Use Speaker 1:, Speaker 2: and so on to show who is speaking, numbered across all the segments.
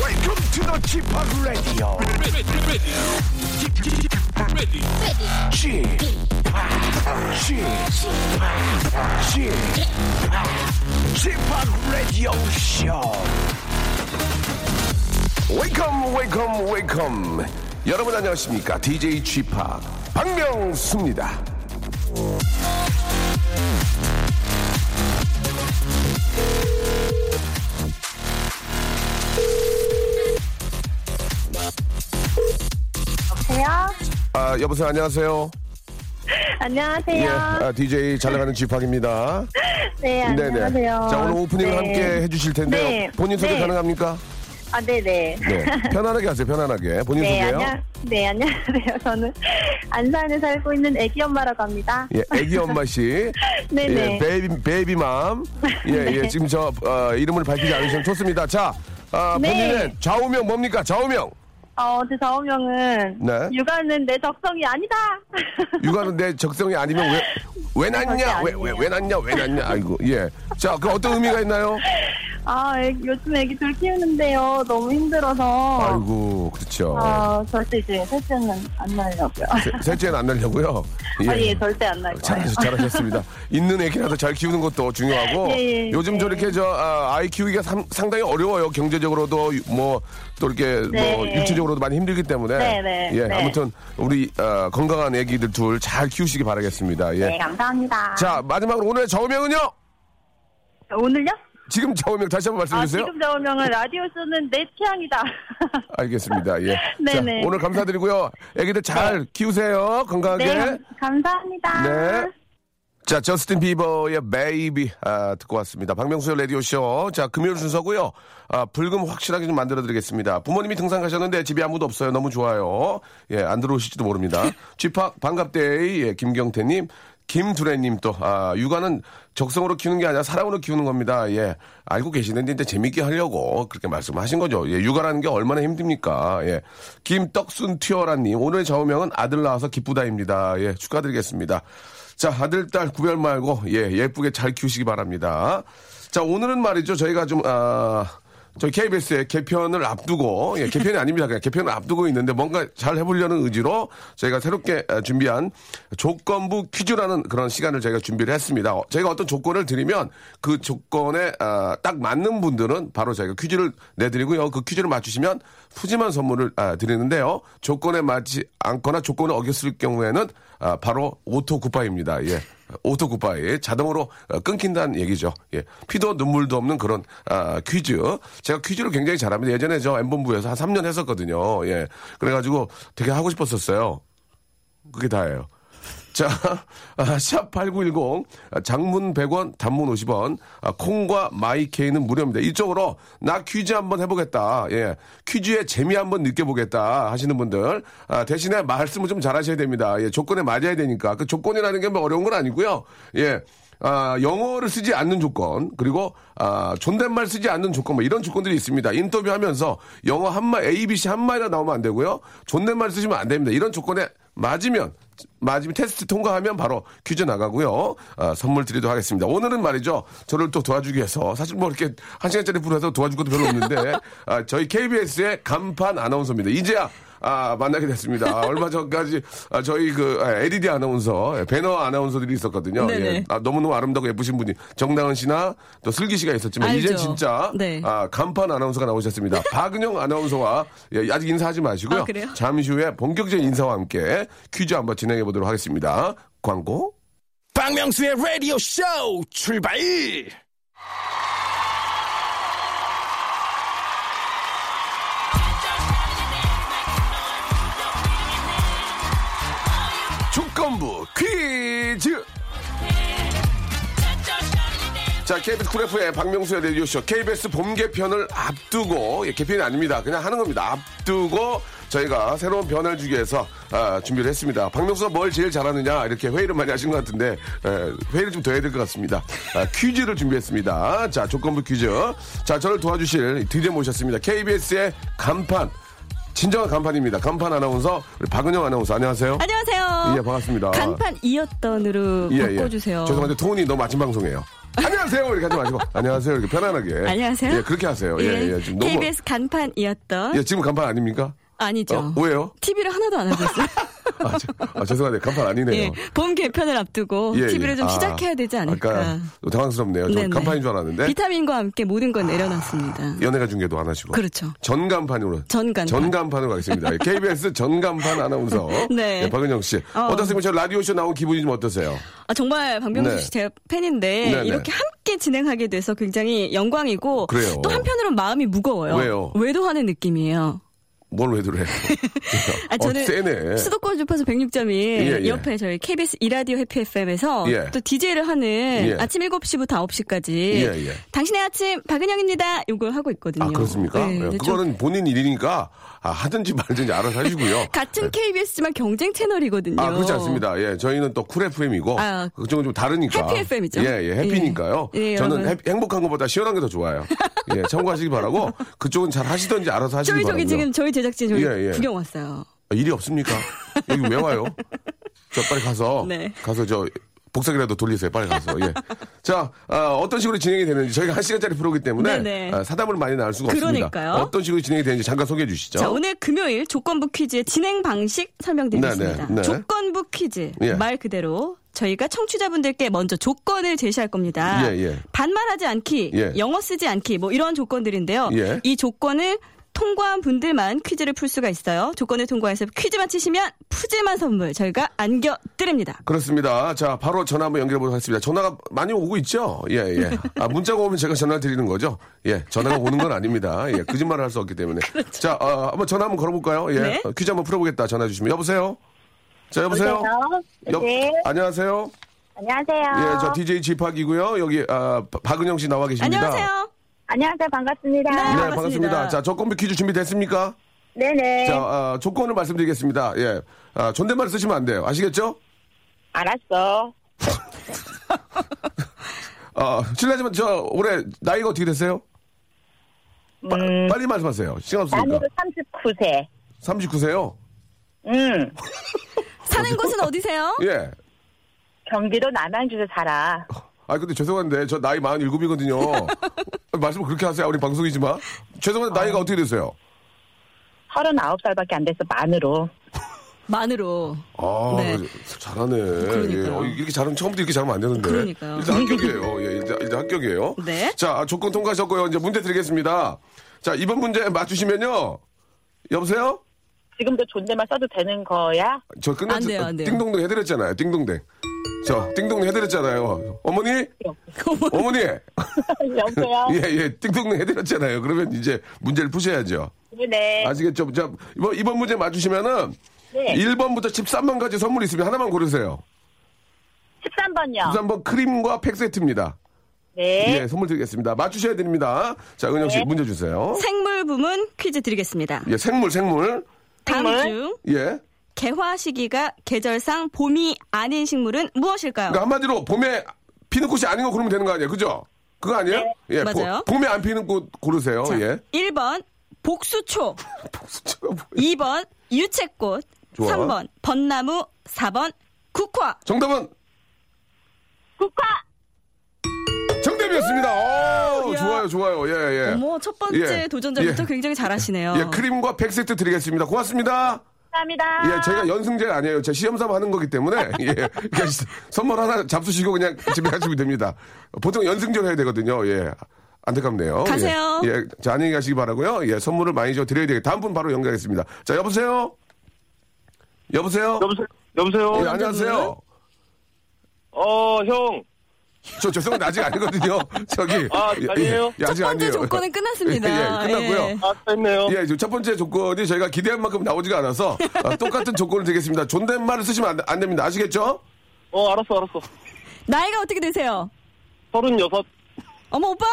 Speaker 1: Welcome to the Chip Radio. Chip Chip Radio Show. Welcome, welcome, welcome. 여러분 안녕하십니까? DJ Chip 박명수입니다. 아 여보세요, 안녕하세요.
Speaker 2: 안녕하세요.
Speaker 1: 예, 아, DJ 잘 나가는 Chip 박입니다.
Speaker 2: 네, 안녕하세요.
Speaker 1: 아, 자, 오늘 오프닝을
Speaker 2: 네.
Speaker 1: 함께 해주실 텐데요.
Speaker 2: 네.
Speaker 1: 본인 소개
Speaker 2: 네.
Speaker 1: 가능합니까?
Speaker 2: 아, 네네.
Speaker 1: 네. 편안하게 하세요, 편안하게. 본인
Speaker 2: 네,
Speaker 1: 소개요.
Speaker 2: 안녕. 네, 안녕하세요. 저는 안산에 살고 있는 애기 엄마라고 합니다.
Speaker 1: 예, 애기 엄마 씨.
Speaker 2: 네네. 네.
Speaker 1: 예, 베이비, 베이비맘. 예, 예, 지금 저, 어, 이름을 밝히지 않으시면 좋습니다. 자, 아,
Speaker 2: 네.
Speaker 1: 본인은 좌우명 뭡니까? 좌우명.
Speaker 2: 어, 제 자오명은
Speaker 1: 네.
Speaker 2: 육아는 내 적성이 아니다.
Speaker 1: 육아는 내 적성이 아니면 왜, 왜 났냐? 왜, 왜, 왜 났냐? 왜 났냐? 아이고, 예. 자, 그 어떤 의미가 있나요?
Speaker 2: 아, 애- 요즘 애기 둘 키우는데요. 너무 힘들어서.
Speaker 1: 아이고, 그렇죠.
Speaker 2: 어, 절대 이제 셋째는 안 날려고요.
Speaker 1: 세- 셋째는 안 날려고요.
Speaker 2: 아, 예, 절대 안 날려요.
Speaker 1: 잘하셨, 잘하셨습니다. 있는 애기라도 잘 키우는 것도 중요하고
Speaker 2: 예, 예,
Speaker 1: 요즘
Speaker 2: 예.
Speaker 1: 저렇게 저 아, 이 키우기가 삼- 상당히 어려워요. 경제적으로도 뭐 또 이렇게
Speaker 2: 네.
Speaker 1: 뭐 육체적으로도 많이 힘들기 때문에
Speaker 2: 네, 네,
Speaker 1: 예
Speaker 2: 네.
Speaker 1: 아무튼 우리 어, 건강한 애기들 둘 잘 키우시기 바라겠습니다. 예.
Speaker 2: 네, 감사합니다.
Speaker 1: 자 마지막으로 오늘의 저우명은요.
Speaker 2: 오늘요?
Speaker 1: 지금 저우명 다시 한번 말씀해
Speaker 2: 아,
Speaker 1: 주세요.
Speaker 2: 지금 자오명은 라디오 쇼는 내 취향이다.
Speaker 1: 알겠습니다. 예.
Speaker 2: 네,
Speaker 1: 자,
Speaker 2: 네.
Speaker 1: 오늘 감사드리고요. 애기들 잘 키우세요. 건강하게.
Speaker 2: 네, 감- 감사합니다.
Speaker 1: 아, 네. 자, 저스틴 비버의 베이비 아, 듣고 왔습니다. 박명수의 라디오 쇼. 자, 금요일 순서고요. 아, 불금 확실하게 좀 만들어 드리겠습니다. 부모님이 등산 가셨는데 집에 아무도 없어요. 너무 좋아요. 예, 안 들어오실지도 모릅니다. 쥐팍 반갑데이 예, 김경태 님, 김두래 님 또 아, 육아는 적성으로 키우는 게 아니라 사랑으로 키우는 겁니다. 예. 알고 계시는데 이제 재밌게 하려고 그렇게 말씀하신 거죠. 예, 육아라는 게 얼마나 힘듭니까? 예. 김떡순 튀어라 님, 오늘 좌우명은 아들 낳아서 기쁘다입니다. 예, 축하드리겠습니다. 자, 아들, 딸 구별 말고, 예, 예쁘게 잘 키우시기 바랍니다. 자, 오늘은 말이죠. 저희가 좀, 아, 저희 KBS의 개편을 앞두고, 예, 개편이 아닙니다. 그냥 개편을 앞두고 있는데 뭔가 잘 해보려는 의지로 저희가 새롭게 아, 준비한 조건부 퀴즈라는 그런 시간을 저희가 준비를 했습니다. 어, 저희가 어떤 조건을 드리면 그 조건에 아, 딱 맞는 분들은 바로 저희가 퀴즈를 내드리고요. 그 퀴즈를 맞추시면 푸짐한 선물을 아, 드리는데요. 조건에 맞지 않거나 조건을 어겼을 경우에는 아, 바로 오토 굿바입니다. 예. 오토 굿바이. 자동으로 어, 끊긴다는 얘기죠. 예. 피도 눈물도 없는 그런 아, 퀴즈. 제가 퀴즈를 굉장히 잘합니다. 예전에 저 M본부에서 한 3년 했었거든요. 예. 그래가지고 되게 하고 싶었었어요. 그게 다예요. 자, 아, 샵8910, 장문 100원, 단문 50원, 아, 콩과 마이케이는 무료입니다. 이쪽으로 나 퀴즈 한번 해보겠다. 예. 퀴즈의 재미 한번 느껴보겠다 하시는 분들, 아, 대신에 말씀을 좀 잘하셔야 됩니다. 예, 조건에 맞아야 되니까. 그 조건이라는 게뭐 어려운 건 아니고요. 예. 아, 영어를 쓰지 않는 조건, 그리고, 아, 존댓말 쓰지 않는 조건, 뭐 이런 조건들이 있습니다. 인터뷰하면서 영어 한말, ABC 한마디라 나오면 안 되고요. 존댓말 쓰시면 안 됩니다. 이런 조건에 맞으면, 맞으면 테스트 통과하면 바로 퀴즈 나가고요. 아, 선물 드리도록 하겠습니다. 오늘은 말이죠. 저를 또 도와주기 위해서, 사실 뭐 이렇게 한 시간짜리 프로에서 도와줄 것도 별로 없는데, 아, 저희 KBS의 간판 아나운서입니다. 이제야, 아, 만나게 됐습니다. 아, 얼마 전까지 아, 저희 그 아, LED 아나운서, 예, 배너 아나운서들이 있었거든요. 예. 아, 너무너무 아름답고 예쁘신 분이 정다은 씨나 또 슬기 씨가 있었지만 이제 진짜 아, 간판 아나운서가 나오셨습니다. 박은영 아나운서와 예, 네. 아직 인사하지 마시고요. 잠시 후에 본격적인 인사와 함께 퀴즈 한번 진행해 보도록 하겠습니다. 광고.
Speaker 3: 박명수의 라디오 쇼 출발!
Speaker 1: 조건부 퀴즈. 자, KBS 쿨 f 의 박명수의 라디오쇼 KBS 봄 개편을 앞두고, 예, 개편이 아닙니다. 그냥 하는 겁니다. 앞두고 저희가 새로운 변화를 주기 위해서 아, 준비를 했습니다. 박명수가 뭘 제일 잘하느냐, 이렇게 회의를 많이 하신 것 같은데, 에, 회의를 좀 더 해야 될 것 같습니다. 아, 퀴즈를 준비했습니다. 자, 조건부 퀴즈. 자, 저를 도와주실 드디어 모셨습니다. KBS의 간판. 진정한 간판입니다. 간판 아나운서, 우리 박은영 아나운서, 안녕하세요.
Speaker 4: 안녕하세요.
Speaker 1: 예, 반갑습니다.
Speaker 4: 간판 이었던으로
Speaker 1: 예, 예.
Speaker 4: 바꿔주세요.
Speaker 1: 죄송한데 톤이 너무 아침 방송이에요. 안녕하세요 이렇게 하지 마시고 안녕하세요 이렇게 편안하게.
Speaker 4: 안녕하세요.
Speaker 1: 예 그렇게 하세요. 예, 예, 지금 너무
Speaker 4: KBS 간판 이었던
Speaker 1: 예 지금 간판 아닙니까?
Speaker 4: 아니죠.
Speaker 1: 어, 왜요?
Speaker 4: TV를 하나도 안 하고 있어요.
Speaker 1: 아, 저- 아, 죄송한데 간판 아니네요.
Speaker 4: 예, 봄 개편을 앞두고
Speaker 1: 예,
Speaker 4: TV를
Speaker 1: 예.
Speaker 4: 좀
Speaker 1: 아,
Speaker 4: 시작해야 되지
Speaker 1: 아까
Speaker 4: 않을까.
Speaker 1: 당황스럽네요. 저
Speaker 4: 네네.
Speaker 1: 간판인 줄 알았는데
Speaker 4: 비타민과 함께 모든 건 내려놨습니다.
Speaker 1: 연예가 중계도 안 하시고
Speaker 4: 그렇죠.
Speaker 1: 전간판으로
Speaker 4: 전간판.
Speaker 1: 으로 가겠습니다. 예, KBS 전간판 아나운서
Speaker 4: 네.
Speaker 1: 예, 박은영 씨
Speaker 4: 어.
Speaker 1: 어. 떻습니까저 라디오 쇼 나온 기분이 좀 어떠세요?
Speaker 4: 아, 정말 박명수
Speaker 1: 네.
Speaker 4: 씨 제 팬인데
Speaker 1: 네네.
Speaker 4: 이렇게 함께 진행하게 돼서 굉장히 영광이고
Speaker 1: 그래요.
Speaker 4: 또 한편으로는 마음이 무거워요.
Speaker 1: 왜요?
Speaker 4: 외도하는 느낌이에요.
Speaker 1: 뭘 왜 그래?
Speaker 4: 아, 저는
Speaker 1: 어, 세네.
Speaker 4: 수도권 주파수 106.1
Speaker 1: 예, 예.
Speaker 4: 옆에 저희 KBS 이라디오 해피 FM에서
Speaker 1: 예.
Speaker 4: 또 DJ를 하는 아침 7시부터 9시까지
Speaker 1: 예, 예.
Speaker 4: 당신의 아침 박은영입니다. 이걸 하고 있거든요.
Speaker 1: 아, 그렇습니까?
Speaker 4: 네,
Speaker 1: 예,
Speaker 4: 근데 좀
Speaker 1: 그거는 본인 일이니까 아, 하든지 말든지 알아서 하시고요. 예.
Speaker 4: 같은 KBS지만 경쟁 채널이거든요.
Speaker 1: 네. 아, 그렇지 않습니다. 예, 저희는 또 쿨 FM이고,
Speaker 4: 아,
Speaker 1: 그쪽은 좀 다르니까.
Speaker 4: 해피 FM 이죠?
Speaker 1: 예, 예, 해피니까요.
Speaker 4: 예. 예,
Speaker 1: 저는
Speaker 4: 여러분.
Speaker 1: 해- 행복한 것보다 시원한 게 더 좋아요. 예, 참고하시기 바라고, 그쪽은 잘 하시던지 알아서 하시기
Speaker 4: 저희
Speaker 1: 바라고.
Speaker 4: 저기 지금 저희 제작진 저기
Speaker 1: 예, 예.
Speaker 4: 구경 왔어요.
Speaker 1: 일이 없습니까? 여기 왜 와요? 저 빨리 가서,
Speaker 4: 네.
Speaker 1: 가서 저, 복사기라도 돌리세요. 빨리 가서. 예. 자, 어, 떤 식으로 진행이 되는지 저희가 한 시간짜리 프로기 때문에
Speaker 4: 네네.
Speaker 1: 아, 사담을 많이 나눌 수가
Speaker 4: 그러니까요.
Speaker 1: 없습니다. 어떤 식으로 진행이 되는지 잠깐 소개해 주시죠.
Speaker 4: 자, 오늘 금요일 조건부 퀴즈의 진행 방식 설명드리겠습니다.
Speaker 1: 네, 네, 네.
Speaker 4: 조건부 퀴즈.
Speaker 1: 예.
Speaker 4: 말 그대로 저희가 청취자분들께 먼저 조건을 제시할 겁니다.
Speaker 1: 예, 예.
Speaker 4: 반말하지 않기,
Speaker 1: 예.
Speaker 4: 영어 쓰지 않기, 뭐 이런 조건들인데요.
Speaker 1: 예.
Speaker 4: 이 조건을 통과한 분들만 퀴즈를 풀 수가 있어요. 조건을 통과해서 퀴즈 맞히시면 푸짐한 선물 저희가 안겨드립니다.
Speaker 1: 그렇습니다. 자, 바로 전화 한번 연결해 보도록 하겠습니다. 전화가 많이 오고 있죠? 예, 예. 아, 문자가 오면 제가 전화를 드리는 거죠? 예, 전화가 오는 건 아닙니다. 예, 거짓말을 할 수 없기 때문에. 자, 어, 한번 전화 한번 걸어볼까요? 예.
Speaker 4: 네.
Speaker 1: 어, 퀴즈 한번 풀어보겠다. 전화 주시면. 여보세요? 자, 여보세요?
Speaker 2: 여보세요? 네. 아.
Speaker 1: 안녕하세요?
Speaker 2: 안녕하세요.
Speaker 1: 예, 저 DJ 지팍이고요. 여기, 아, 바- 박은영 씨 나와 계십니다.
Speaker 4: 안녕하세요.
Speaker 2: 안녕하세요. 반갑습니다.
Speaker 1: 네,
Speaker 4: 네.
Speaker 1: 반갑습니다.
Speaker 4: 반갑습니다.
Speaker 1: 자, 조건비 퀴즈 준비됐습니까?
Speaker 2: 네네.
Speaker 1: 자, 아, 조건을 말씀드리겠습니다. 예. 아, 존댓말 쓰시면 안 돼요. 아시겠죠?
Speaker 2: 알았어.
Speaker 1: 아, 실례지만 저 올해 나이가 어떻게 되세요? 빠-
Speaker 2: 음,
Speaker 1: 빨리 말씀하세요. 시간 없으니까.
Speaker 4: 그
Speaker 2: 나이도 39세.
Speaker 1: 39세요?
Speaker 2: 음,
Speaker 4: 사는 곳은 어디세요?
Speaker 1: 예.
Speaker 2: 경기도 남양주에서 살아.
Speaker 1: 아, 근데 죄송한데, 저 나이 47이거든요. 말씀을 그렇게 하세요. 우리 방송이지만. 죄송한데,
Speaker 4: 아.
Speaker 1: 나이가 어떻게 되세요?
Speaker 2: 39살밖에 안 돼서 만으로.
Speaker 4: 만으로.
Speaker 1: 아,
Speaker 4: 네.
Speaker 1: 잘하네. 예.
Speaker 4: 그러니까요.
Speaker 1: 어, 이렇게 잘하면 처음부터 이렇게 잘하면 안 되는데.
Speaker 4: 그러니까요.
Speaker 1: 일단 합격이에요. 예, 일단, 일단 합격이에요.
Speaker 4: 네.
Speaker 1: 자, 아, 조건 통과하셨고요. 이제 문제 드리겠습니다. 자, 이번 문제 맞추시면요. 여보세요?
Speaker 2: 지금도 존댓말 써도 되는 거야?
Speaker 1: 저 끝났죠.
Speaker 4: 안 돼요, 안 돼요.
Speaker 1: 띵동댕 해드렸잖아요. 띵동댕. 저 띵동댕 해드렸잖아요. 어머니? 어머니?
Speaker 2: 여보세요?
Speaker 1: 예, 예. 띵동댕 해드렸잖아요. 그러면 이제 문제를 푸셔야죠.
Speaker 2: 네.
Speaker 1: 아시겠죠? 자, 이번, 이번 문제 맞추시면은
Speaker 2: 네.
Speaker 1: 1번부터 13번까지 선물이 있으면 하나만 고르세요.
Speaker 2: 13번요.
Speaker 1: 13번 크림과 팩 세트입니다.
Speaker 2: 어. 네.
Speaker 1: 예, 선물 드리겠습니다. 맞추셔야 됩니다. 자, 은영 씨
Speaker 2: 네.
Speaker 1: 문제 주세요.
Speaker 4: 생물 부문 퀴즈 드리겠습니다.
Speaker 1: 예, 생물, 생물.
Speaker 4: 다음
Speaker 2: 생물?
Speaker 4: 중
Speaker 1: 예.
Speaker 4: 개화 시기가 계절상 봄이 아닌 식물은 무엇일까요?
Speaker 1: 그러니까 한마디로 봄에 피는 꽃이 아닌 거 고르면 되는 거 아니에요? 그죠? 그거 아니에요?
Speaker 2: 네.
Speaker 1: 예,
Speaker 4: 맞아요.
Speaker 1: 보- 봄에 안 피는 꽃 고르세요.
Speaker 4: 자,
Speaker 1: 예.
Speaker 4: 1번 복수초,
Speaker 1: 제가 뭐-
Speaker 4: 2번 유채꽃,
Speaker 1: 좋아.
Speaker 4: 3번 벚나무, 4번 국화.
Speaker 1: 정답은
Speaker 2: 국화!
Speaker 1: 정답이었습니다. 오,
Speaker 4: 야.
Speaker 1: 좋아요, 좋아요. 예, 예.
Speaker 4: 어머, 첫 번째
Speaker 1: 예.
Speaker 4: 도전자부터
Speaker 1: 예.
Speaker 4: 굉장히 잘하시네요.
Speaker 1: 예, 크림과 팩 세트 드리겠습니다. 고맙습니다.
Speaker 2: 감사합니다.
Speaker 1: 예, 저희가 연승제 아니에요. 제 시험 삼아 하는 거기 때문에 예, 그러니까 시- 선물 하나 잡수시고 그냥 집에 가시면 됩니다. 보통 연승제로 해야 되거든요. 예. 안타깝네요.
Speaker 4: 가세요.
Speaker 1: 예, 예, 자, 안녕히 가시기 바라고요. 예, 선물을 많이 좀 드려야 되겠 다음 분 바로 연결하겠습니다. 자, 여보세요. 여보세요.
Speaker 5: 여보세요? 여보세요?
Speaker 1: 예, 안녕하세요.
Speaker 5: 어, 형.
Speaker 1: 저 죄송한데 아직 아니거든요. 저기
Speaker 5: 아, 아니에요?
Speaker 1: 예, 예,
Speaker 4: 첫
Speaker 1: 아직
Speaker 4: 번째
Speaker 1: 아니에요.
Speaker 4: 조건은 끝났습니다.
Speaker 1: 예, 예, 끝났고요.
Speaker 4: 예.
Speaker 5: 아, 됐네요.
Speaker 1: 예, 지금 첫 번째 조건이 저희가 기대한 만큼 나오지가 않아서 아, 똑같은 조건을 드리겠습니다. 존댓말을 쓰시면 안, 안 됩니다. 아시겠죠?
Speaker 5: 어, 알았어, 알았어.
Speaker 4: 나이가 어떻게 되세요?
Speaker 5: 서른여섯.
Speaker 4: 어머 오빠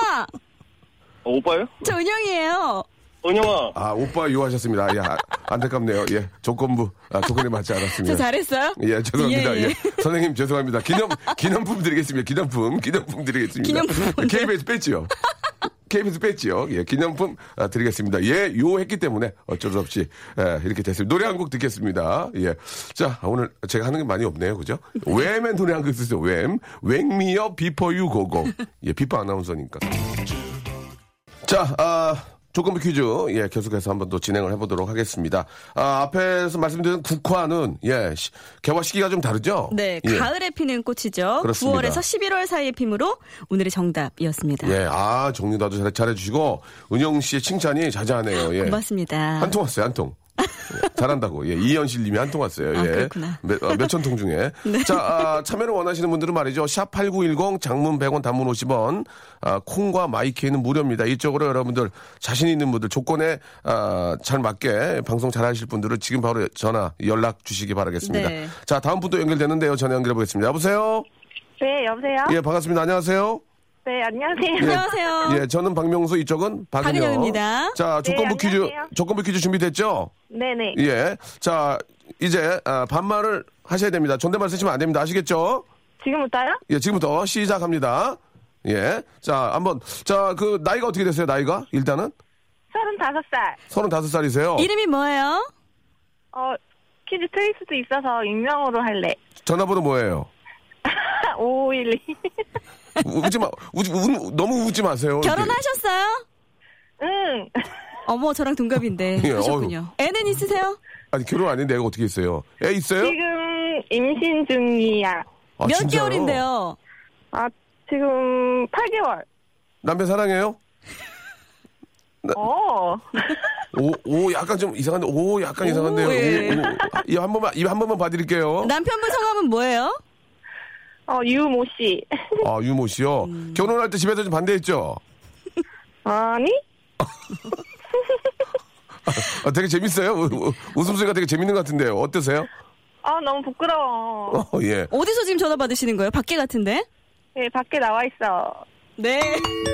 Speaker 5: 어, 오빠예요?
Speaker 4: 저 은영이에요.
Speaker 5: 은영아.
Speaker 1: 아, 오빠 유하셨습니다. 예, 아, 안타깝네요. 예, 조건부, 아, 조건에 맞지 않았습니다.
Speaker 4: 저 잘했어요?
Speaker 1: 예, 죄송합니다.
Speaker 4: 예,
Speaker 1: 예,
Speaker 4: 예.
Speaker 1: 선생님, 죄송합니다. 기념, 기념품 드리겠습니다. 기념품, 기념품 드리겠습니다. 예,
Speaker 4: 기념품.
Speaker 1: KBS 뺐지요. KBS 뺐지요. 예, 기념품 아, 드리겠습니다. 예, 요 했기 때문에 어쩔 수 없이, 예, 이렇게 됐습니다. 노래 한 곡 듣겠습니다. 예. 자, 오늘 제가 하는 게 많이 없네요. 그죠? 웸의 노래 한 곡 쓰세요. 웸. 웽미어 비퍼 유 고고. 예, 비퍼 아나운서니까. 자, 아, 조건부 퀴즈, 예, 계속해서 한번 더 진행을 해보도록 하겠습니다. 아, 앞에서 말씀드린 국화는, 예, 시- 개화 시기가 좀 다르죠?
Speaker 4: 네,
Speaker 1: 예.
Speaker 4: 가을에 피는 꽃이죠.
Speaker 1: 그렇습니다.
Speaker 4: 9월에서 11월 사이에 피므로 오늘의 정답이었습니다.
Speaker 1: 예, 아, 정리도 아주 잘, 잘해주시고, 은영 씨의 칭찬이 자자하네요, 예.
Speaker 4: 고맙습니다.
Speaker 1: 한 통 왔어요, 한 통. 예, 잘한다고. 예, 이현실 님이 한 통 왔어요.
Speaker 4: 아,
Speaker 1: 예.
Speaker 4: 그렇구나. 네.
Speaker 1: 몇, 어, 몇천 통 중에. 자, 아, 참여를 원하시는 분들은 말이죠. 샵8910 장문 100원 단문 50원. 아, 콩과 마이케이는 무료입니다. 이쪽으로 여러분들 자신 있는 분들 조건에 아, 잘 맞게 방송 잘 하실 분들은 지금 바로 전화 연락 주시기 바라겠습니다.
Speaker 4: 네.
Speaker 1: 자, 다음 분도 연결되는데요. 전화 연결해 보겠습니다. 여보세요?
Speaker 2: 네, 여보세요?
Speaker 1: 예, 반갑습니다. 안녕하세요?
Speaker 2: 네, 안녕하세요.
Speaker 4: 안녕하세요.
Speaker 1: 예, 저는 박명수 이쪽은 박은영.
Speaker 4: 박은영입니다.
Speaker 1: 자, 조건부
Speaker 2: 아. 네,
Speaker 1: 퀴즈
Speaker 2: 안녕하세요.
Speaker 1: 조건부 퀴즈 준비됐죠?
Speaker 2: 네네.
Speaker 1: 예. 자, 이제 아, 반말을 하셔야 됩니다. 존댓말 쓰시면 안 됩니다. 아시겠죠?
Speaker 2: 지금부터요?
Speaker 1: 예, 지금부터 시작합니다. 예. 자, 한번 자, 그 나이가 어떻게 되세요? 나이가? 일단은
Speaker 2: 35살.
Speaker 1: 35살이세요.
Speaker 4: 이름이 뭐예요?
Speaker 2: 어, 퀴즈 틀릴 수도 있어서 익명으로 할래.
Speaker 1: 전화번호 뭐예요?
Speaker 2: 512.
Speaker 1: 우- 웃지 마. 웃지, 웃- 너무 웃지 마세요. 이렇게.
Speaker 4: 결혼하셨어요?
Speaker 2: 응.
Speaker 4: 어머, 저랑 동갑인데
Speaker 1: 예,
Speaker 4: 하셨군요. 애는 있으세요?
Speaker 1: 아니, 결혼 안 했는데 애가 어떻게 있어요? 애 있어요?
Speaker 2: 지금 임신 중이야.
Speaker 1: 아,
Speaker 4: 몇
Speaker 1: 진짜요?
Speaker 4: 개월인데요?
Speaker 2: 아, 지금 8개월.
Speaker 1: 남편 사랑해요? 네.
Speaker 2: 어.
Speaker 1: 오, 오, 약간 좀 이상한데, 오, 약간 이상한데요. 오,
Speaker 4: 예. 네.
Speaker 1: 오. 이거 한 번만, 이거 한 번만 봐드릴게요.
Speaker 4: 남편분 성함은 뭐예요?
Speaker 2: 어, 유모 씨.
Speaker 1: 아, 유모 씨요.
Speaker 4: 음.
Speaker 1: 결혼할 때 집에서 좀 반대했죠?
Speaker 2: 아니?
Speaker 1: 아, 되게 재밌어요. 우- 우- 웃음소리가 되게 재밌는 것 같은데요. 어떠세요?
Speaker 2: 아, 너무 부끄러워.
Speaker 1: 어, 예.
Speaker 4: 어디서 지금 전화 받으시는 거예요? 밖에 같은데?
Speaker 2: 예, 밖에 나와 있어.
Speaker 4: 네.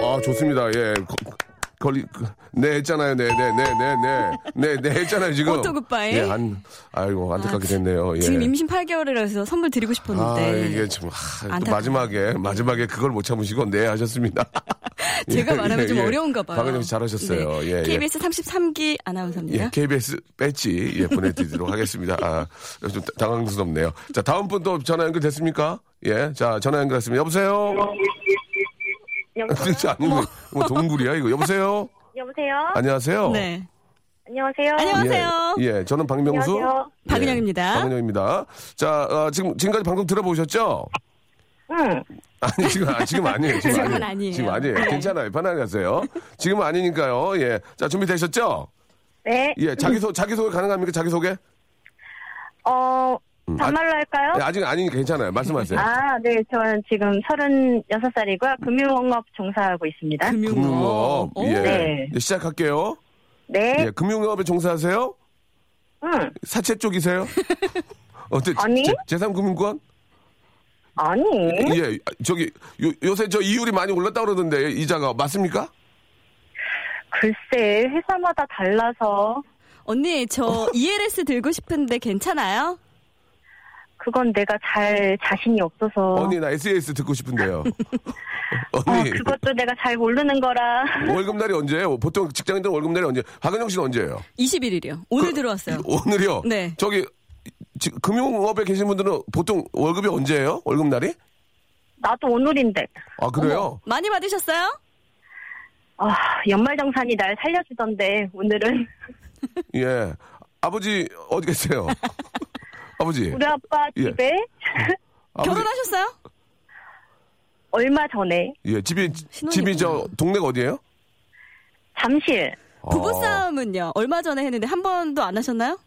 Speaker 1: 아, 좋습니다. 예. 거- 걸리, 네, 했잖아요. 네, 네, 네, 네, 네. 네, 네, 했잖아요, 지금.
Speaker 4: 오토 굿바이.
Speaker 1: 예, 안, 아이고, 안타깝게 됐네요. 예.
Speaker 4: 지금 임신 8개월이라서 선물 드리고
Speaker 1: 아,
Speaker 4: 싶었는데.
Speaker 1: 이게 참, 아, 또
Speaker 4: 안타깝다.
Speaker 1: 마지막에, 마지막에 그걸 못 참으시고, 네, 하셨습니다.
Speaker 4: 제가
Speaker 1: 예,
Speaker 4: 말하면
Speaker 1: 예,
Speaker 4: 좀
Speaker 1: 예.
Speaker 4: 어려운가 봐요.
Speaker 1: 박은영 씨 잘하셨어요.
Speaker 4: 네.
Speaker 1: 예, 예.
Speaker 4: KBS 33기 아나운서입니다.
Speaker 1: 예, KBS 배지 예, 보내드리도록 하겠습니다. 아, 좀 당황스럽네요. 자, 다음 분 또 전화 연결됐습니까? 예, 자, 전화 연결했습니다. 여보세요? 진짜 아니, 뭐, 뭐 동굴이야, 이거. 여보세요?
Speaker 2: 여보세요?
Speaker 1: 안녕하세요?
Speaker 4: 네.
Speaker 2: 안녕하세요?
Speaker 4: 안녕.
Speaker 1: 예,
Speaker 4: 안녕하세요.
Speaker 1: 예, 저는 박명수.
Speaker 2: 안녕하세요.
Speaker 4: 박은영입니다.
Speaker 1: 예. 박은영입니다. 자, 어, 지금, 지금까지 방송 들어보셨죠?
Speaker 2: 응.
Speaker 1: 아니, 지금, 아, 지금 아니에요. 지금
Speaker 4: 지금은 아니에요.
Speaker 1: 지금 아니에요.
Speaker 4: 네.
Speaker 1: 괜찮아요. 편안히 하세요. 지금은 아니니까요. 예. 자, 준비되셨죠?
Speaker 2: 네.
Speaker 1: 예, 자기소, 자기소개 가능합니까? 자기소개?
Speaker 2: 어, 반말로 할까요?
Speaker 1: 예, 아직 아니니까 괜찮아요. 말씀하세요.
Speaker 2: 아, 네. 저는 지금 36살이고요. 금융업 종사하고 있습니다.
Speaker 1: 금융업.
Speaker 4: 오.
Speaker 1: 예.
Speaker 2: 네.
Speaker 1: 예, 시작할게요.
Speaker 2: 네.
Speaker 1: 예, 금융업에 종사하세요?
Speaker 2: 응.
Speaker 1: 사채 쪽이세요? 어때?
Speaker 2: 아니.
Speaker 1: 재산금융권?
Speaker 2: 아니.
Speaker 1: 예, 저기 요, 요새 저 이율이 많이 올랐다 그러던데 이자가 맞습니까?
Speaker 2: 글쎄, 회사마다 달라서
Speaker 4: 언니, 저 ELS 들고 싶은데 괜찮아요?
Speaker 2: 그건 내가 잘 자신이 없어서.
Speaker 1: 언니 나 SAS 듣고 싶은데요.
Speaker 4: 아,
Speaker 2: 어,
Speaker 1: 언니
Speaker 2: 그것도 내가 잘 모르는 거라.
Speaker 1: 월급 날이 언제예요? 보통 직장인들 월급 날이 언제? 박은영 씨는 언제예요?
Speaker 4: 21일이요. 오늘 들어왔어요.
Speaker 1: 그 오늘이요.
Speaker 4: 네.
Speaker 1: 저기 지- 금융업에 계신 분들은 보통 월급이 언제예요? 월급 날이?
Speaker 2: 나도 오늘인데.
Speaker 1: 아 그래요?
Speaker 4: 많이 받으셨어요?
Speaker 2: 아, 연말정산이 날 살려주던데, 오늘은.
Speaker 1: 예. 아버지 어디 계세요? 아버지.
Speaker 2: 우리 아빠
Speaker 1: 예.
Speaker 2: 집에
Speaker 1: 아버지.
Speaker 4: 결혼하셨어요?
Speaker 2: 얼마 전에
Speaker 1: 예, 집이
Speaker 4: 신혼이구나.
Speaker 1: 집이 저 동네가 어디예요?
Speaker 2: 잠실.
Speaker 1: 어.
Speaker 4: 부부싸움은요. 얼마 전에 했는데 한 번도 안 하셨나요?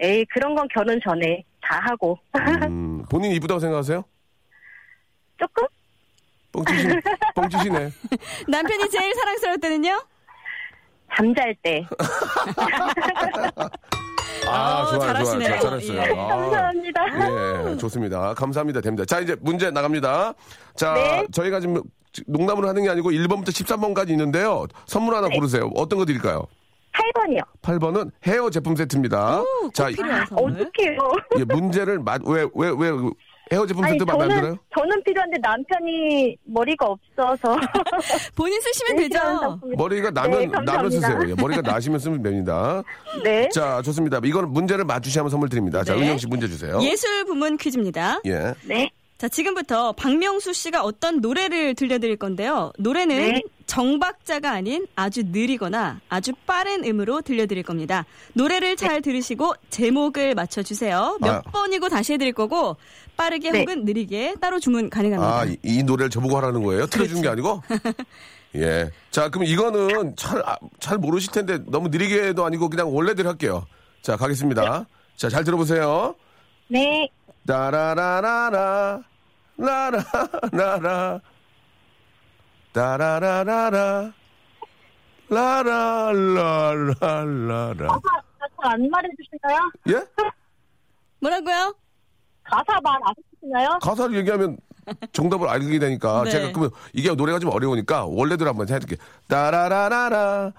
Speaker 2: 에이, 그런 건 결혼 전에 다 하고.
Speaker 1: 음, 본인이 이쁘다고 생각하세요?
Speaker 2: 조금?
Speaker 1: 뻥치시, 뻥치시네.
Speaker 4: 남편이 제일 사랑스러울 때는요?
Speaker 2: 잠잘 때.
Speaker 1: 아,
Speaker 4: 어,
Speaker 1: 좋아요,
Speaker 4: 잘하시네요.
Speaker 1: 좋아요. 잘- 잘했어요.
Speaker 4: 예.
Speaker 1: 아.
Speaker 2: 감사합니다.
Speaker 1: 예, 좋습니다. 감사합니다. 됩니다. 자, 이제 문제 나갑니다. 자,
Speaker 2: 네.
Speaker 1: 저희가 지금 농담으로 하는 게 아니고 1번부터 13번까지 있는데요. 선물
Speaker 2: 네.
Speaker 1: 하나 고르세요. 어떤 거 드릴까요?
Speaker 2: 8번이요.
Speaker 1: 8번은 헤어 제품 세트입니다. 자,
Speaker 4: 필요한 선물.
Speaker 2: 어떡해요.
Speaker 1: 예, 문제를 맞, 왜, 왜, 왜, 헤어 제품
Speaker 2: 아니,
Speaker 1: 세트 만
Speaker 2: 저는,
Speaker 1: 만들어요?
Speaker 2: 저는 필요한데 남편이 머리가 없어서.
Speaker 4: 본인 쓰시면
Speaker 2: 필요한
Speaker 4: 되죠.
Speaker 2: 상품이-
Speaker 1: 머리가 나면,
Speaker 2: 네,
Speaker 1: 나면
Speaker 2: 감사합니다.
Speaker 1: 쓰세요. 예, 머리가 나시면 쓰면 됩니다.
Speaker 2: 네.
Speaker 1: 자, 좋습니다. 이거는 문제를 맞추시면 선물 드립니다. 자,
Speaker 4: 네.
Speaker 1: 은영 씨 문제 주세요.
Speaker 4: 예술 부문 퀴즈입니다.
Speaker 1: 예.
Speaker 2: 네.
Speaker 4: 자, 지금부터 박명수 씨가 어떤 노래를 들려드릴 건데요. 노래는
Speaker 2: 네.
Speaker 4: 정박자가 아닌 아주 느리거나 아주 빠른 음으로 들려드릴 겁니다. 노래를
Speaker 2: 네.
Speaker 4: 잘 들으시고 제목을 맞춰주세요. 몇
Speaker 1: 아.
Speaker 4: 번이고 다시 해드릴 거고 빠르게
Speaker 2: 네.
Speaker 4: 혹은 느리게 따로 주문 가능합니다.
Speaker 1: 아, 이, 그렇죠. 이 노래를 저보고 하라는 거예요? 틀어주는 게 아니고? 예. 자, 그럼 이거는 잘, 아, 잘 모르실 텐데 너무 느리게도 아니고 그냥 원래대로 할게요. 자, 가겠습니다. 자, 잘 들어보세요.
Speaker 2: 네.
Speaker 1: 따라라라라, 라라라라, 따라라라라, 라라라라라.
Speaker 2: 가사 아, 안 말해주시나요?
Speaker 1: 예?
Speaker 4: 뭐라고요?
Speaker 2: 가사 말 안 해주시나요?
Speaker 1: 가사를 얘기하면 정답을 알게 되니까
Speaker 4: 네.
Speaker 1: 제가 그러면 이게 노래가 좀 어려우니까 원래대로 한번 해드릴게요. 따라라라라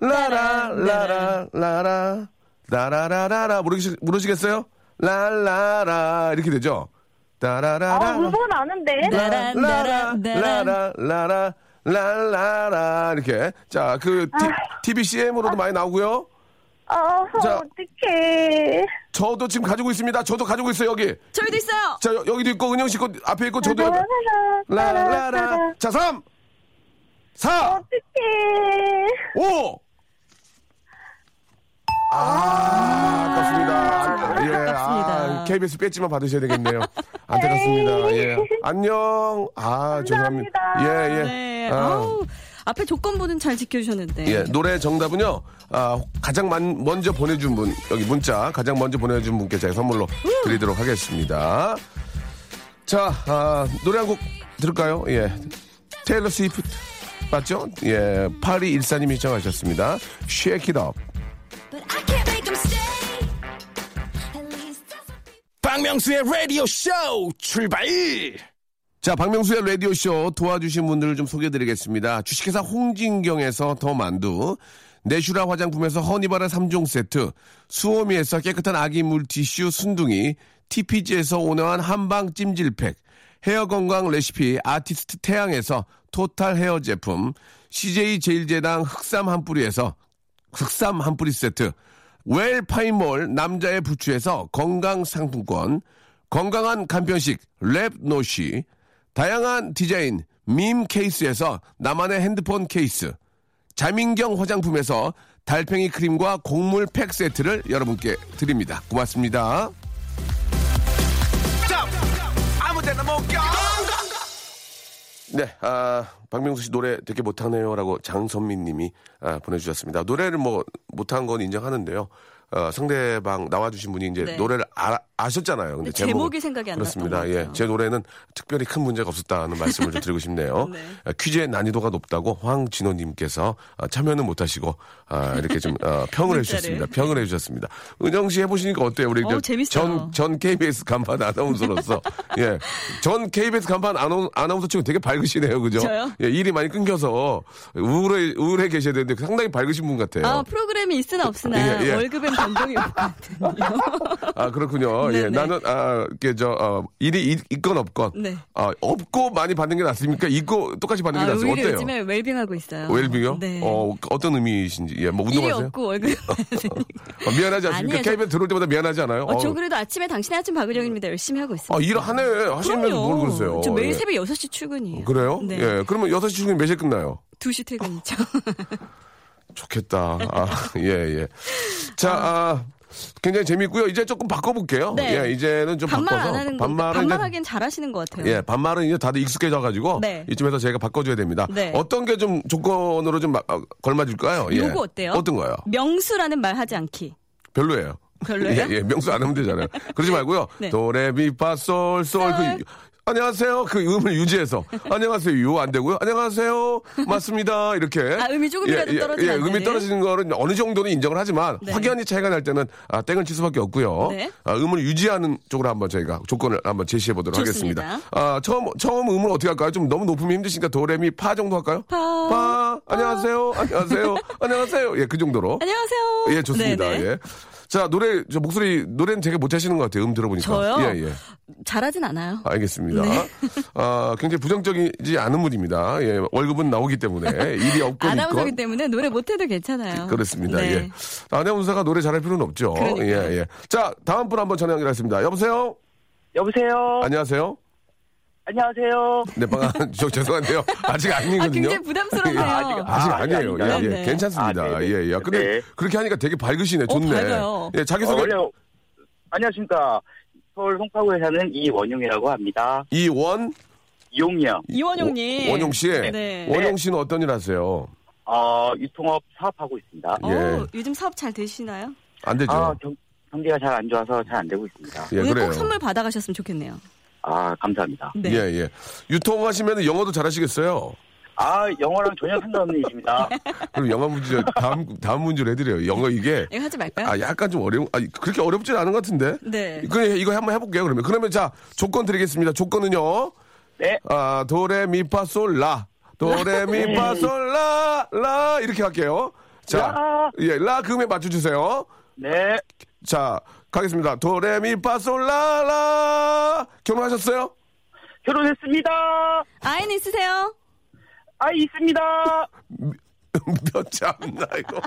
Speaker 1: 라라라라 라라 라라라라 모르시, 모르시겠어요? 라라라 이렇게 되죠?
Speaker 2: 아,
Speaker 1: 따라라라 네.
Speaker 2: 그건 아는데.
Speaker 4: 나란,
Speaker 1: 라라
Speaker 4: 나란, 나란.
Speaker 1: 라라 라라 라라라 이렇게 자그 TV CM으로도 많이 나오고요.
Speaker 2: 아,
Speaker 1: 자.
Speaker 2: 어떡해.
Speaker 1: 저도 지금 가지고 있습니다. 저도 가지고 있어요 여기.
Speaker 4: 저희도 있어요.
Speaker 1: 자 여, 기도 있고 은영 씨거 앞에 있고 저도 옆에.
Speaker 2: 라라라,
Speaker 1: 라라라. 자, 3, 4,
Speaker 2: 어떡해.
Speaker 1: 5. 아, 아깝습니다. 예, 아,
Speaker 4: 아깝습니다.
Speaker 1: KBS 배지만 받으셔야 되겠네요. 안타깝습니다. 예. 안녕. 아, 죄송합니다. 예, 예.
Speaker 4: 네.
Speaker 1: 아.
Speaker 4: 아우, 앞에 조건부는 잘 지켜주셨는데.
Speaker 1: 예, 노래 정답은요, 아, 가장 만- 먼저 보내준 분, 여기 문자, 가장 먼저 보내준 분께 제가 선물로 드리도록 하겠습니다. 자, 아, 노래 한 곡 들을까요? 예. 테일러 스위프트, 맞죠? 예, 파리 일사님이 시청하셨습니다. Shake it up.
Speaker 3: 박명수의 라디오 쇼 출발!
Speaker 1: 자, 박명수의 라디오쇼 도와주신 분들을 좀 소개해드리겠습니다. 주식회사 홍진경에서 더 만두, 내슈라 화장품에서 허니바라 3종 세트, 수오미에서 깨끗한 아기 물티슈 순둥이, TPG에서 온화한 한방 찜질팩, 헤어 건강 레시피 아티스트 태양에서 토탈 헤어 제품, CJ 제일제당 흑삼 한 뿌리에서 흑삼 한 뿌리 세트, 웰 파이몰 남자의 부추에서 건강 상품권, 건강한 간편식 랩노시, 다양한 디자인 밈 케이스에서 나만의 핸드폰 케이스, 자민경 화장품에서 달팽이 크림과 곡물 팩 세트를 여러분께 드립니다. 고맙습니다. 네, 아, 박명수 씨 노래 되게 못하네요. 라고 장선민 님이 아, 보내주셨습니다. 노래를 뭐, 못한 건 인정하는데요. 어, 상대방 나와주신 분이 이제
Speaker 4: 네.
Speaker 1: 노래를 아, 아셨잖아요. 근데
Speaker 4: 근데 제목이
Speaker 1: 제목은
Speaker 4: 생각이 안
Speaker 1: 그렇습니다.
Speaker 4: 났던 것
Speaker 1: 예.
Speaker 4: 같아요.
Speaker 1: 제 노래는 특별히 큰 문제가 없었다는 말씀을 좀 드리고 싶네요.
Speaker 4: 네.
Speaker 1: 아, 퀴즈의 난이도가 높다고 황진호 님께서 아, 참여는 못하시고, 아, 이렇게 좀 어, 평을 해주셨습니다. 평을 해주셨습니다. 은영 씨 해보시니까 어때요? 우리
Speaker 4: 어우,
Speaker 1: 저
Speaker 4: 재밌어요.
Speaker 1: 전, 전 KBS 간판 아나운서로서 예. 전 KBS 간판 아나운, 아나운서 치고 되게 밝으시네요. 그죠?
Speaker 4: 저요?
Speaker 1: 예, 일이 많이 끊겨서 우울해 우울해 계셔야 되는데 상당히 밝으신 분 같아요.
Speaker 4: 아, 프로그램이 있으나 없으나
Speaker 1: 예, 예.
Speaker 4: 월급엔 변동이 없거든요.
Speaker 1: 아, 그렇군요.
Speaker 4: 네,
Speaker 1: 예.
Speaker 4: 네.
Speaker 1: 나는 아, 이게 저 어, 일이 있- 있건 없건
Speaker 4: 네.
Speaker 1: 아, 없고 많이 받는 게 낫습니까? 있고 똑같이 받는
Speaker 4: 아,
Speaker 1: 게 낫습니까?
Speaker 4: 오히려
Speaker 1: 어때요?
Speaker 4: 요즘에 웰빙하고 있어요.
Speaker 1: 웰빙이요?
Speaker 4: 네.
Speaker 1: 어, 어떤 의미이신지. 예, 뭐
Speaker 4: 일이
Speaker 1: 운동하세요?
Speaker 4: 없고 월급
Speaker 1: 어, 미안하지 않습니까?
Speaker 4: 아니에요, 저-
Speaker 1: KBS 들어올 때마다 미안하지 않아요?
Speaker 4: 어, 저 그래도 아침에 당신의 아침 박은영입니다. 열심히 하고 있어요.
Speaker 1: 아, 일하네. 하시면서 뭘 그러세요?
Speaker 4: 저 매일
Speaker 1: 예.
Speaker 4: 새벽 6시 출근이에요.
Speaker 1: 그래요?
Speaker 4: 네.
Speaker 1: 예. 그러면 6시 출근이 몇 시에 끝나요?
Speaker 4: 2시 퇴근이죠.
Speaker 1: 좋겠다. 아, 예, 예. 자, 아, 굉장히 재밌고요. 이제 조금 바꿔볼게요.
Speaker 4: 네.
Speaker 1: 예, 이제는 좀
Speaker 4: 반말
Speaker 1: 바꿔서
Speaker 4: 안 하는 거.
Speaker 1: 반말은
Speaker 4: 반말
Speaker 1: 이제-
Speaker 4: 하긴 잘하시는 것 같아요.
Speaker 1: 예, 반말은 이제 다들 익숙해져가지고
Speaker 4: 네.
Speaker 1: 이쯤에서 저희가 바꿔줘야 됩니다.
Speaker 4: 네.
Speaker 1: 어떤 게 좀 조건으로 좀 마- 아, 걸맞을까요? 예.
Speaker 4: 요거 어때요?
Speaker 1: 어떤 거요?
Speaker 4: 명수라는 말 하지 않기.
Speaker 1: 별로예요.
Speaker 4: 별로예요?
Speaker 1: 예, 예, 명수 안 하면 되잖아요. 그러지 말고요.
Speaker 4: 네.
Speaker 1: 도레미파솔솔 그 안녕하세요. 그 음을 유지해서. 안녕하세요. 요 안 되고요. 안녕하세요. 맞습니다. 이렇게.
Speaker 4: 아, 음이 조금이라도 떨어지면
Speaker 1: 예,
Speaker 4: 안
Speaker 1: 음이
Speaker 4: 되는.
Speaker 1: 떨어지는 거는 어느 정도는 인정을 하지만
Speaker 4: 네.
Speaker 1: 확연히 차이가 날 때는 아, 땡을 칠 수밖에 없고요.
Speaker 4: 네.
Speaker 1: 아, 음을 유지하는 쪽으로 한번 저희가 조건을 한번 제시해 보도록
Speaker 4: 좋습니다.
Speaker 1: 하겠습니다. 아, 처음 처음 음을 어떻게 할까요? 좀 너무 높으면 힘드시니까 도레미 파 정도 할까요?
Speaker 4: 파.
Speaker 1: 안녕하세요. 안녕하세요. 안녕하세요. 예, 그 정도로.
Speaker 4: 안녕하세요.
Speaker 1: 예, 좋습니다.
Speaker 4: 네네.
Speaker 1: 예. 자, 노래, 저 목소리, 노래는 되게 못하시는 것 같아요. 음 들어보니까.
Speaker 4: 저요? 네.
Speaker 1: 예, 예.
Speaker 4: 잘하진 않아요.
Speaker 1: 알겠습니다. 아, 굉장히 부정적이지 않은 분입니다. 예, 월급은 나오기 때문에. 일이 없고. 있고.
Speaker 4: 아나운서기 때문에 노래 못해도 괜찮아요.
Speaker 1: 그러니까. 그렇습니다.
Speaker 4: 네.
Speaker 1: 예. 아나운서가 노래 잘할 필요는 없죠.
Speaker 4: 그러니까요.
Speaker 1: 예, 예. 자, 다음 분 한번 전화 연결하겠습니다. 여보세요?
Speaker 5: 여보세요.
Speaker 1: 아, 안녕하세요?
Speaker 5: 안녕하세요.
Speaker 1: 네, 방, 아, 저 죄송한데요. 아직 아니거든요.
Speaker 4: 아, 굉장히 부담스럽네요.
Speaker 1: 예. 아직
Speaker 5: 아, 아직
Speaker 1: 아니에요.
Speaker 5: 아닌가요?
Speaker 1: 예, 예.
Speaker 4: 네.
Speaker 1: 괜찮습니다.
Speaker 5: 아, 네, 네.
Speaker 1: 예, 예. 근데
Speaker 5: 네.
Speaker 1: 그렇게 하니까 되게 밝으시네. 좋네.
Speaker 4: 어, 밝아요.
Speaker 1: 예, 자기소개.
Speaker 5: 어, 원래 안녕하십니까. 서울 송파구에 사는 이원용이라고 합니다.
Speaker 1: 이원?
Speaker 5: 이용이요.
Speaker 4: 이원용님.
Speaker 1: 원용 씨.
Speaker 4: 네.
Speaker 1: 원용 씨는 어떤 일 하세요?
Speaker 5: 어, 유통업 사업하고 있습니다.
Speaker 4: 어,
Speaker 1: 예.
Speaker 4: 요즘 사업 잘 되시나요?
Speaker 1: 안 되죠.
Speaker 5: 아, 경, 경기가 잘 안 좋아서 잘 안 되고 있습니다.
Speaker 1: 예,
Speaker 4: 오늘
Speaker 1: 그래요.
Speaker 4: 꼭 선물 받아가셨으면 좋겠네요.
Speaker 5: 아, 감사합니다.
Speaker 4: 네.
Speaker 1: 예, 예. 유통하시면 영어도 잘하시겠어요?
Speaker 5: 아, 영어랑 전혀 상관없는 일입니다.
Speaker 1: 그럼 영어 문제, 다음, 다음 문제로 해드려요. 영어 이게.
Speaker 4: 이거 하지 말까요?
Speaker 1: 아, 약간 좀 어려운, 아, 그렇게 어렵진 않은 것 같은데?
Speaker 4: 네.
Speaker 1: 그, 이거 한번 해볼게요, 그러면. 그러면 자, 조건 드리겠습니다. 조건은요.
Speaker 5: 네.
Speaker 1: 아, 도레미파솔라. 도레미파솔라, 라. 이렇게 할게요. 자, 예, 라 금에 맞춰주세요.
Speaker 5: 네.
Speaker 1: 자, 가겠습니다. 도레미파솔라, 라. 결혼하셨어요?
Speaker 5: 결혼했습니다.
Speaker 4: 아이는 있으세요?
Speaker 5: 아이 있습니다.
Speaker 1: 몇 참나 이거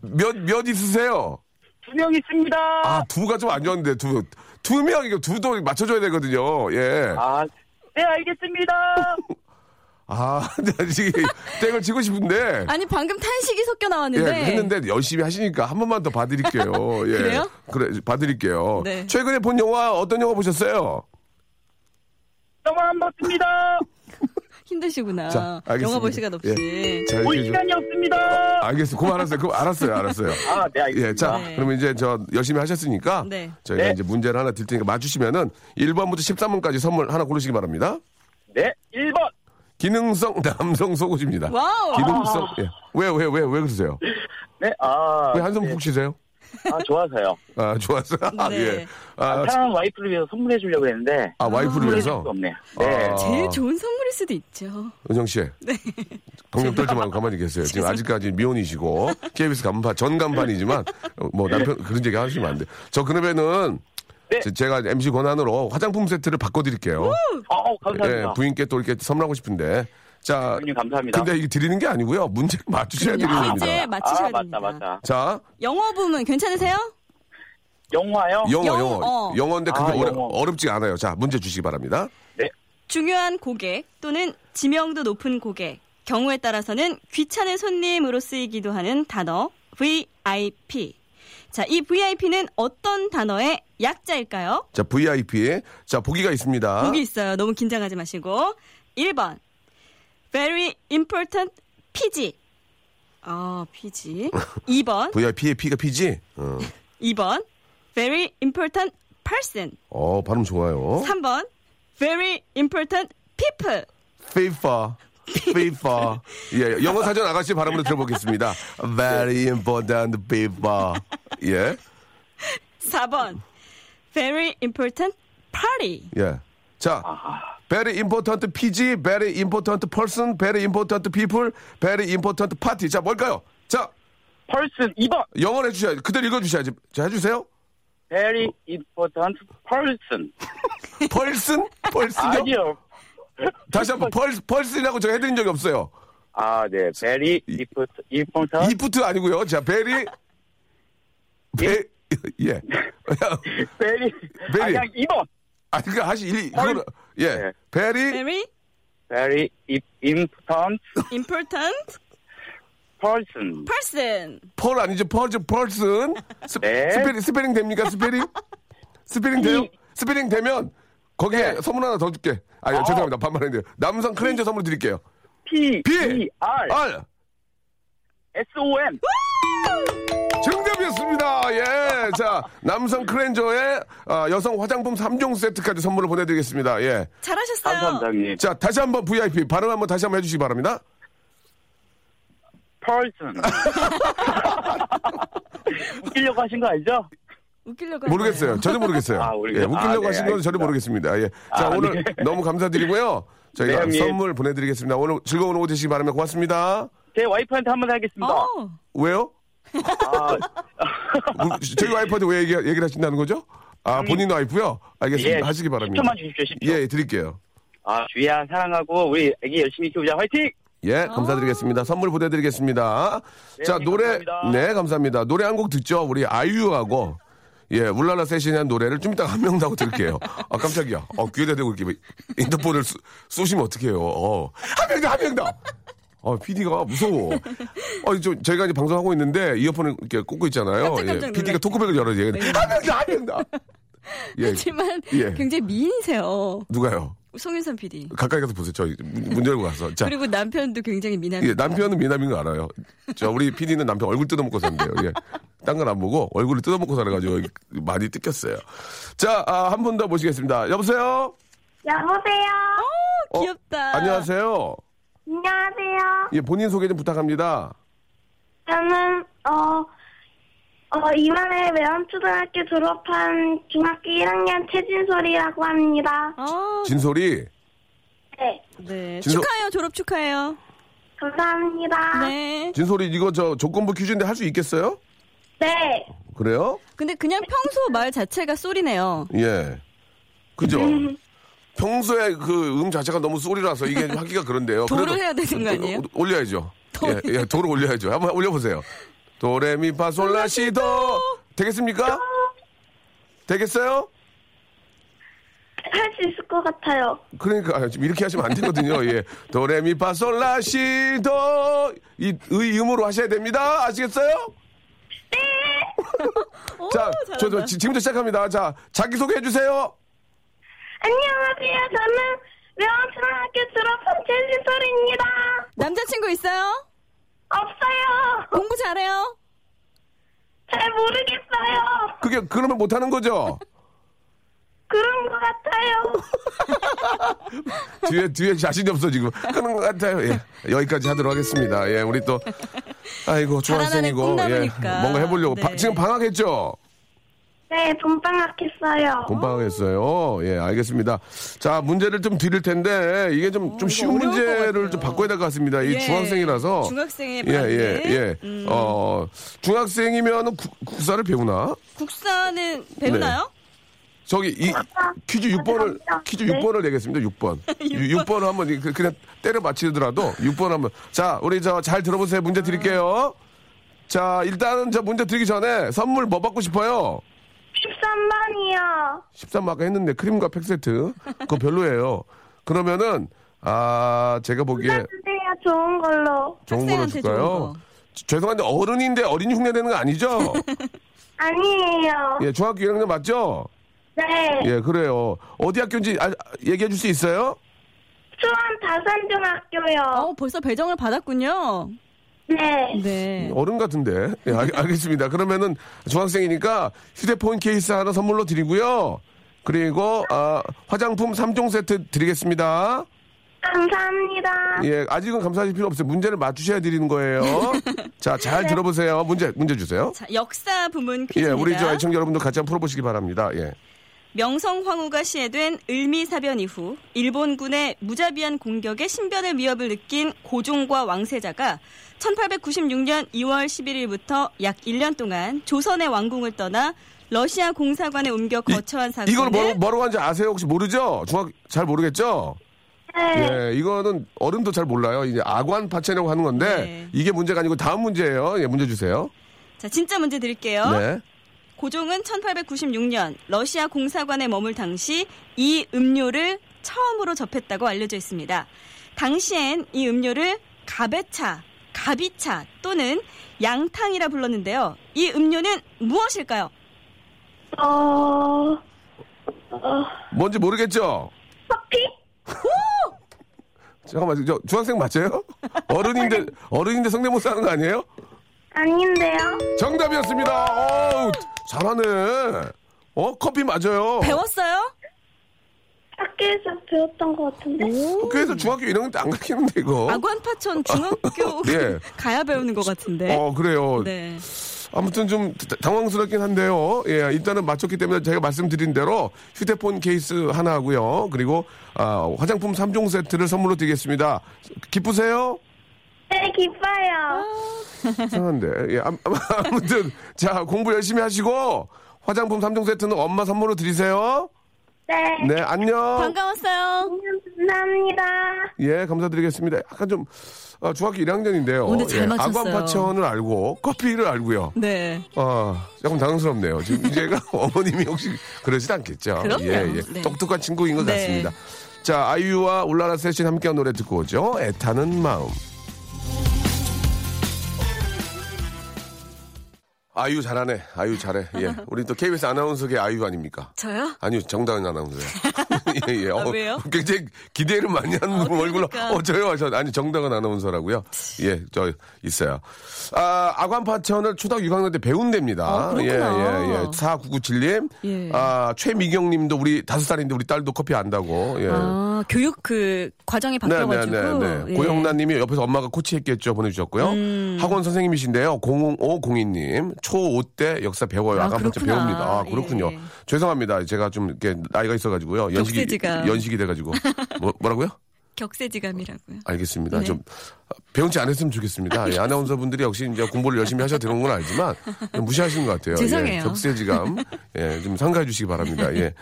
Speaker 1: 몇 몇 있으세요?
Speaker 5: 두 명 있습니다.
Speaker 1: 아 두가 좀 안 좋았는데 두두 명 이거 두도 맞춰줘야 되거든요. 예.
Speaker 5: 아, 네, 알겠습니다.
Speaker 1: 아 이게 땡을 치고 싶은데
Speaker 4: 아니 방금 탄식이 섞여
Speaker 1: 예
Speaker 4: 나왔는데
Speaker 1: 했는데 열심히 하시니까 한 번만 더 봐드릴게요. 예.
Speaker 4: 그래요?
Speaker 1: 그래 봐드릴게요.
Speaker 4: 네.
Speaker 1: 최근에 본 영화 어떤 영화 보셨어요?
Speaker 5: 영화 안 봤습니다.
Speaker 4: 힘드시구나.
Speaker 1: 자, 알겠습니다. 예.
Speaker 4: 영화 볼 시간 없이.
Speaker 1: 자, 이렇게
Speaker 5: 볼
Speaker 1: 좀-
Speaker 5: 시간이 뭐 없습니다.
Speaker 1: 알겠어. 그만 알았어요. 그 알았어요. 알았어요.
Speaker 5: 아, 네, 알겠습니다.
Speaker 1: 예, 자,
Speaker 4: 네.
Speaker 1: 그러면 이제 저 열심히 하셨으니까
Speaker 4: 네.
Speaker 1: 저희가
Speaker 5: 네.
Speaker 1: 이제 문제를 하나 드릴 테니까 맞추시면은 1번부터 13번까지 선물 하나 고르시기 바랍니다.
Speaker 5: 네, 1번.
Speaker 1: 기능성 남성 속옷입니다.
Speaker 4: 와우.
Speaker 1: 기능성. 예. 왜, 왜, 왜, 왜 그러세요?
Speaker 5: 네, 아.
Speaker 1: 왜 한숨
Speaker 5: 네.
Speaker 1: 푹 쉬세요?
Speaker 5: 아, 좋아서요.
Speaker 1: 아, 좋았어요. 아,
Speaker 4: 네.
Speaker 1: 예. 아,
Speaker 5: 아, 사랑하는 와이프를 위해서 선물해 주려고 했는데.
Speaker 1: 아, 와이프를
Speaker 5: 선물해
Speaker 1: 위해서.
Speaker 5: 줄수 없네요. 네.
Speaker 1: 아,
Speaker 4: 제일 좋은 선물일 수도 있죠.
Speaker 1: 은영 씨. 네. 동력 떨지 말고 가만히 계세요. 지금 아직까지 미혼이시고, KBS 간판, 전 간판이지만, 어, 뭐 남편 그런 얘기 하시면 안 돼. 저 그러면은,
Speaker 5: 네.
Speaker 1: 제- 제가 MC 권한으로 화장품 세트를 바꿔드릴게요.
Speaker 5: 어, 감사합니다.
Speaker 1: 예, 부인께 또 이렇게 선물하고 싶은데. 자.
Speaker 5: 형님 감사합니다.
Speaker 1: 근데 이게 드리는 게 아니고요. 문제 맞추셔야 되는
Speaker 4: 아, 이제
Speaker 1: 겁니다.
Speaker 4: 맞추셔야
Speaker 5: 아,
Speaker 4: 됩니다.
Speaker 5: 맞다, 맞다.
Speaker 1: 자,
Speaker 4: 영어 부문 괜찮으세요?
Speaker 5: 영화요?
Speaker 1: 영어,
Speaker 4: 영어.
Speaker 1: 영어. 영어인데 그게
Speaker 5: 아,
Speaker 1: 어려,
Speaker 5: 영어.
Speaker 1: 어렵지 않아요. 자, 문제 주시기 바랍니다.
Speaker 4: 중요한 고객 또는 지명도 높은 고객 경우에 따라서는 귀찮은 손님으로 쓰이기도 하는 단어 VIP. 자, 이 VIP는 어떤 단어의 약자일까요?
Speaker 1: 자, VIP. 자, 보기가 있습니다.
Speaker 4: 보기 있어요. 너무 긴장하지 마시고. 1번. Very important PG. 아, PG. 2번.
Speaker 1: VIP의 P가 P지? 어,
Speaker 4: 2번. Very important person.
Speaker 1: 어, 발음 좋아요.
Speaker 4: 3번. Very important people.
Speaker 1: FIFA. FIFA. 예, 영어 사전 아가씨 발음으로 들어보겠습니다. Very important FIFA. 예,
Speaker 4: 4번. Very important party.
Speaker 1: 예. 자, very important PG, very important person, very important people, very important party. 자, 뭘까요? 자,
Speaker 5: person 2번.
Speaker 1: 영어로 해주셔야지. 그대로 읽어주셔야지. 자, 해주세요.
Speaker 5: Very important person.
Speaker 1: 펄슨? 펄슨이요?
Speaker 5: 아니요.
Speaker 1: 다시 한번 펄, 펄슨이라고 제가 해드린 적이 없어요.
Speaker 5: 아, 네. Very important. important.
Speaker 1: 이프트 아니고요. 자, 베리. 베, 예.
Speaker 5: Very. 아,
Speaker 1: very.
Speaker 5: 그냥 2번.
Speaker 1: 아, 그니까 하시, 일, 이거는, 예.
Speaker 5: 네.
Speaker 1: 베리,
Speaker 4: Very
Speaker 5: Very important
Speaker 4: important
Speaker 5: person.
Speaker 4: person.
Speaker 1: 펄 아니죠. 펄즈, 펄슨. 스,
Speaker 5: 네.
Speaker 1: 스페링, 스페링 됩니까? 스페링? 스페링 돼요?
Speaker 5: 아니.
Speaker 1: 스페링 되면, 거기에 선물 하나 더 줄게. 아, 예, 죄송합니다. 반말했는데. 남성 크렌저 선물 드릴게요.
Speaker 5: P,
Speaker 1: B,
Speaker 5: E, R,
Speaker 1: R.
Speaker 5: S, O, N.
Speaker 1: 정답이었습니다. 축하드립니다. 예. 자, 남성 크렌저에 아, 여성 화장품 3종 세트까지 선물을 보내드리겠습니다. 예.
Speaker 4: 잘하셨어요.
Speaker 5: 감사합니다, 형님.
Speaker 1: 자, 다시 한번 VIP 발음 한번 다시 한번 해주시기 바랍니다.
Speaker 5: 펄슨. 웃기려고 하신 거 아니죠?
Speaker 4: 웃기려고 하네요.
Speaker 1: 모르겠어요. 전혀 모르겠어요.
Speaker 5: 아, 모르겠어요.
Speaker 1: 예, 웃기려고
Speaker 5: 아, 네,
Speaker 1: 하신 건 전혀
Speaker 5: 알겠습니다.
Speaker 1: 모르겠습니다. 예. 자,
Speaker 5: 아,
Speaker 1: 오늘
Speaker 5: 네.
Speaker 1: 너무 감사드리고요.
Speaker 5: 네,
Speaker 1: 저희가
Speaker 5: 형님.
Speaker 1: 선물 보내드리겠습니다. 오늘 즐거운 오후 되시기 바랍니다. 고맙습니다.
Speaker 5: 제 와이프한테 한번
Speaker 1: 아,
Speaker 5: 하겠습니다.
Speaker 4: 어,
Speaker 1: 예. 왜요?
Speaker 5: 아,
Speaker 1: 우- 저희 와이프한테 왜 얘기, 얘기를 하신다는 거죠? 아, 본인 와이프요? 알겠습니다.
Speaker 5: 예.
Speaker 1: 하시기 바랍니다.
Speaker 5: 10초만 주십시오, 10초.
Speaker 1: 예, 드릴게요.
Speaker 5: 아, 주희야, 사랑하고, 우리 애기 열심히 키우자. 화이팅!
Speaker 4: 아.
Speaker 1: 예, 감사드리겠습니다. 선물 보내드리겠습니다.
Speaker 5: 네,
Speaker 1: 자,
Speaker 5: 형님,
Speaker 1: 노래,
Speaker 5: 감사합니다.
Speaker 1: 네, 감사합니다. 노래 한 곡 듣죠? 우리 아이유하고, 예, 울랄라 세신이라는 노래를 좀 이따 한명 나고 들을게요. 아, 깜짝이야. 어, 귀에다 대고 이렇게 인터폰을 쏘, 쏘시면 어떡해요. 어, 한명 더, 한명 더! 어, PD가 무서워. 어, 저, 저희가 이제 방송하고 있는데 이어폰을 이렇게 꽂고 있잖아요.
Speaker 4: 깜짝깜짝
Speaker 1: PD가
Speaker 4: 놀랐어요. 네.
Speaker 1: 토크백을 열어야지. 한명 더, 한명 더! 예,
Speaker 4: 하지만
Speaker 1: 예.
Speaker 4: 굉장히 미인이세요.
Speaker 1: 누가요?
Speaker 4: 송윤선 PD.
Speaker 1: 가까이 가서 보세요. 저문 문 열고 가서. 자,
Speaker 4: 그리고 남편도 굉장히 미남.
Speaker 1: 예, 남편은 미남인 거 알아요. 저 우리 PD는 남편 얼굴 뜯어먹고 산대요. 예. 딴 건 안 보고 얼굴을 뜯어먹고 살아가지고 많이 뜯겼어요. 자, 아, 한 분 더 모시겠습니다. 여보세요?
Speaker 2: 여보세요.
Speaker 4: 어, 귀엽다.
Speaker 1: 안녕하세요.
Speaker 2: 안녕하세요.
Speaker 1: 예, 본인 소개 좀 부탁합니다.
Speaker 2: 저는 어, 어 이번에 외암초등학교 졸업한 중학교 1학년 최진솔이라고 합니다.
Speaker 4: 아,
Speaker 1: 진솔이.
Speaker 2: 네,
Speaker 4: 네.
Speaker 1: 진서-
Speaker 4: 축하해요. 졸업 축하해요.
Speaker 2: 감사합니다.
Speaker 4: 네.
Speaker 1: 진솔이 이거 저 조건부 퀴즈인데 할 수 있겠어요?
Speaker 2: 네,
Speaker 1: 그래요?
Speaker 4: 근데 그냥 평소 말 자체가 소리네요.
Speaker 1: 예. 그죠?
Speaker 4: 음.
Speaker 1: 평소에 그 음 자체가 너무 소리라서 이게 좀 하기가 그런데요.
Speaker 4: 도를
Speaker 1: 그래도 어,
Speaker 4: 해야 되는 거 아니에요?
Speaker 1: 도- 올려야죠. 예, 예, 도를 올려야죠. 한번 올려보세요. 도레미파솔라시도 되겠습니까? 되겠어요?
Speaker 2: 할 수 있을 것 같아요.
Speaker 1: 그러니까 아, 지금 이렇게 하시면 안 되거든요. 예, 도레미파솔라시도 이 의음으로 하셔야 됩니다. 아시겠어요?
Speaker 2: 네,
Speaker 4: 오,
Speaker 1: 자,
Speaker 4: 잘한다.
Speaker 1: 저, 저 지- 지금부터 시작합니다. 자, 자기 소개해 주세요.
Speaker 2: 안녕하세요. 저는 외암초등학교 졸업한 최진솔입니다.
Speaker 4: 남자친구 있어요?
Speaker 2: 없어요.
Speaker 4: 공부 잘해요?
Speaker 2: 잘 모르겠어요.
Speaker 1: 그게 그러면 못하는 거죠?
Speaker 2: 그런 것 같아요.
Speaker 1: 뒤에 뒤에 자신이 없어 지금 그런 것 같아요. 예. 여기까지 하도록 하겠습니다. 예, 우리 또 아이고 중학생이고
Speaker 4: 자라나는
Speaker 1: 예,
Speaker 4: 꿈나무니까.
Speaker 1: 뭔가 해보려고 바-
Speaker 4: 네.
Speaker 1: 지금 방학했죠.
Speaker 2: 네, 돈방학했어요.
Speaker 1: 곰방학했어요. 예, 알겠습니다. 자, 문제를 좀 드릴 텐데 이게 좀
Speaker 4: 이거
Speaker 1: 좀 쉬운
Speaker 4: 어려울 것
Speaker 1: 문제를
Speaker 4: 같아요.
Speaker 1: 좀 바꿔야 될 것 같습니다. 이
Speaker 4: 예.
Speaker 1: 중학생이라서
Speaker 4: 중학생의
Speaker 1: 예,
Speaker 4: 반대.
Speaker 1: 예, 예.
Speaker 4: 음.
Speaker 1: 어, 중학생이면 국, 국사를 배우나?
Speaker 4: 국사는 배우나요?
Speaker 1: 네. 저기 이 퀴즈 6번을 퀴즈
Speaker 2: 네.
Speaker 1: 6번을 내겠습니다. 6번. 6번. 6번 한번 이- 그- 그냥 때려 맞히더라도 6번 한번. 자, 우리 저 잘 들어보세요. 문제 드릴게요. 자, 일단은 저 문제 드리기 전에 선물 뭐 받고 싶어요?
Speaker 2: 13번이요.
Speaker 1: 13만 아까 했는데 크림과 팩 세트. 그거 별로예요. 그러면은 아, 제가
Speaker 2: 음,
Speaker 1: 보기에
Speaker 2: 주세요, 좋은 걸로.
Speaker 1: 좋은 걸로
Speaker 4: 학생한테
Speaker 1: 줄까요?
Speaker 4: 좋은 거.
Speaker 1: 지- 죄송한데 어른인데 어린 흉내 내는 거 아니죠?
Speaker 2: 아니에요.
Speaker 1: 예, 중학교 1학년 맞죠?
Speaker 2: 네.
Speaker 1: 예, 그래요. 어디 학교인지 아- 아, 얘기해 줄 수 있어요?
Speaker 2: 수원 다산중학교요.
Speaker 4: 어, 벌써 배정을 받았군요.
Speaker 2: 네.
Speaker 4: 네.
Speaker 1: 어른 같은데. 예, 알, 알겠습니다. 그러면은 중학생이니까 휴대폰 케이스 하나 선물로 드리고요. 그리고 아, 화장품 3종 세트 드리겠습니다.
Speaker 2: 감사합니다.
Speaker 1: 예, 아직은 감사하실 필요 없어요. 문제를 맞추셔야 드리는 거예요. 자, 잘 들어보세요. 문제 문제 주세요.
Speaker 4: 자, 역사 부문
Speaker 1: 예,
Speaker 4: 퀴즈입니다.
Speaker 1: 우리 저 애청자 여러분들 같이 한번 풀어보시기 바랍니다. 예.
Speaker 4: 명성 황후가 시해된 을미사변 이후 일본군의 무자비한 공격에 신변의 위협을 느낀 고종과 왕세자가 1896년 2월 11일부터 약 1년 동안 조선의 왕궁을 떠나 러시아 공사관에 옮겨 거처한 사건을
Speaker 1: 이걸 뭐로, 뭐로 하는지 아세요? 혹시 모르죠? 중학 잘 모르겠죠?
Speaker 2: 네.
Speaker 1: 예, 이거는 어른도 잘 몰라요. 이제 아관 파채라고 하는 건데
Speaker 4: 네.
Speaker 1: 이게 문제가 아니고 다음 문제예요. 예, 문제 주세요.
Speaker 4: 자, 진짜 문제 드릴게요.
Speaker 1: 네.
Speaker 4: 고종은 1896년 러시아 공사관에 머물 당시 이 음료를 처음으로 접했다고 알려져 있습니다. 당시엔 이 음료를 가베차, 가비차 또는 양탕이라 불렀는데요. 이 음료는 무엇일까요?
Speaker 2: 어,
Speaker 1: 뭔지 모르겠죠?
Speaker 2: 커피?
Speaker 1: 잠깐만, 저 중학생 맞아요? 어른인데, 어른인데 성대모사 하는 거 아니에요?
Speaker 2: 아닌데요.
Speaker 1: 정답이었습니다. 어우, 잘하네. 어, 커피 맞아요.
Speaker 4: 배웠어요?
Speaker 2: 학교에서 배웠던 것 같은데.
Speaker 1: 학교에서 중학교 1학년 때 안 가르치는데, 이거.
Speaker 4: 아관파천 중학교
Speaker 1: 어? 예.
Speaker 4: 가야 배우는 것 같은데.
Speaker 1: 어, 그래요.
Speaker 4: 네.
Speaker 1: 아무튼 좀 다- 당황스럽긴 한데요. 예, 일단은 맞췄기 때문에 제가 말씀드린 대로 휴대폰 케이스 하나 하고요. 그리고 아, 화장품 3종 세트를 선물로 드리겠습니다. 기쁘세요?
Speaker 2: 네, 기뻐요.
Speaker 1: 이상한데. 예, 암- 암- 아무튼 자, 공부 열심히 하시고 화장품 3종 세트는 엄마 선물로 드리세요.
Speaker 2: 네.
Speaker 1: 네, 안녕.
Speaker 4: 반가웠어요.
Speaker 2: 감사합니다.
Speaker 1: 예, 감사드리겠습니다. 약간 좀 아, 중학교 1학년인데요.
Speaker 6: 오늘 잘
Speaker 1: 예,
Speaker 6: 맞췄어요.
Speaker 1: 아관파천을 알고 커피를 알고요.
Speaker 4: 네.
Speaker 1: 아, 조금 당황스럽네요. 지금 제가 어머님이 혹시 그러진 않겠죠.
Speaker 4: 그럼요.
Speaker 1: 예, 예.
Speaker 4: 네.
Speaker 1: 똑똑한 친구인 것
Speaker 4: 네.
Speaker 1: 같습니다. 자, 아이유와 울라라 셋이 함께한 노래 듣고 오죠. 애타는 마음. 아이유 잘하네. 아이유 잘해. 예. 우리 또 KBS 아나운서계 아이유 아닙니까?
Speaker 4: 저요?
Speaker 1: 아니요, 정다은 아나운서요. 예, 예.
Speaker 4: 아, 왜요?
Speaker 1: 굉장히 기대를 많이 하는 얼굴로.
Speaker 4: 그러니까.
Speaker 1: 어, 저요? 하셨- 아니, 정다은 아나운서라고요? 예, 저, 있어요. 아, 아관파천을 초등학교 6학년 때 배운 데입니다.
Speaker 4: 아, 그렇구나.
Speaker 1: 예, 예, 예. 4997님.
Speaker 4: 예.
Speaker 1: 아, 최미경 님도 우리 다섯 살인데 우리 딸도 커피 안다고. 예.
Speaker 4: 아, 교육 그 과정이
Speaker 1: 네,
Speaker 4: 바뀌어가지고. 예. 음.
Speaker 1: 고영란 님이 옆에서 엄마가 코치했겠죠 보내주셨고요. 학원 선생님이신데요. 00502님. 초5때 역사 배워요.
Speaker 4: 아,
Speaker 1: 아까 한번
Speaker 4: 그렇구나.
Speaker 1: 배웁니다. 아, 그렇군요.
Speaker 4: 예.
Speaker 1: 죄송합니다. 제가 좀 이렇게 나이가 있어가지고요. 연식이,
Speaker 4: 독세지감.
Speaker 1: 연식이 돼가지고. 뭐, 뭐라고요?
Speaker 4: 예. 격세지감이라고요.
Speaker 1: 알겠습니다.
Speaker 4: 네.
Speaker 1: 좀 배운 지 안 했으면 좋겠습니다. 예, 아나운서 분들이 역시 이제 공부를 열심히 하셔야 되는 건 알지만 좀 무시하시는 것 같아요.
Speaker 4: 죄송해요.
Speaker 1: 예, 적세지감 예, 좀 상가해 주시기 바랍니다. 예.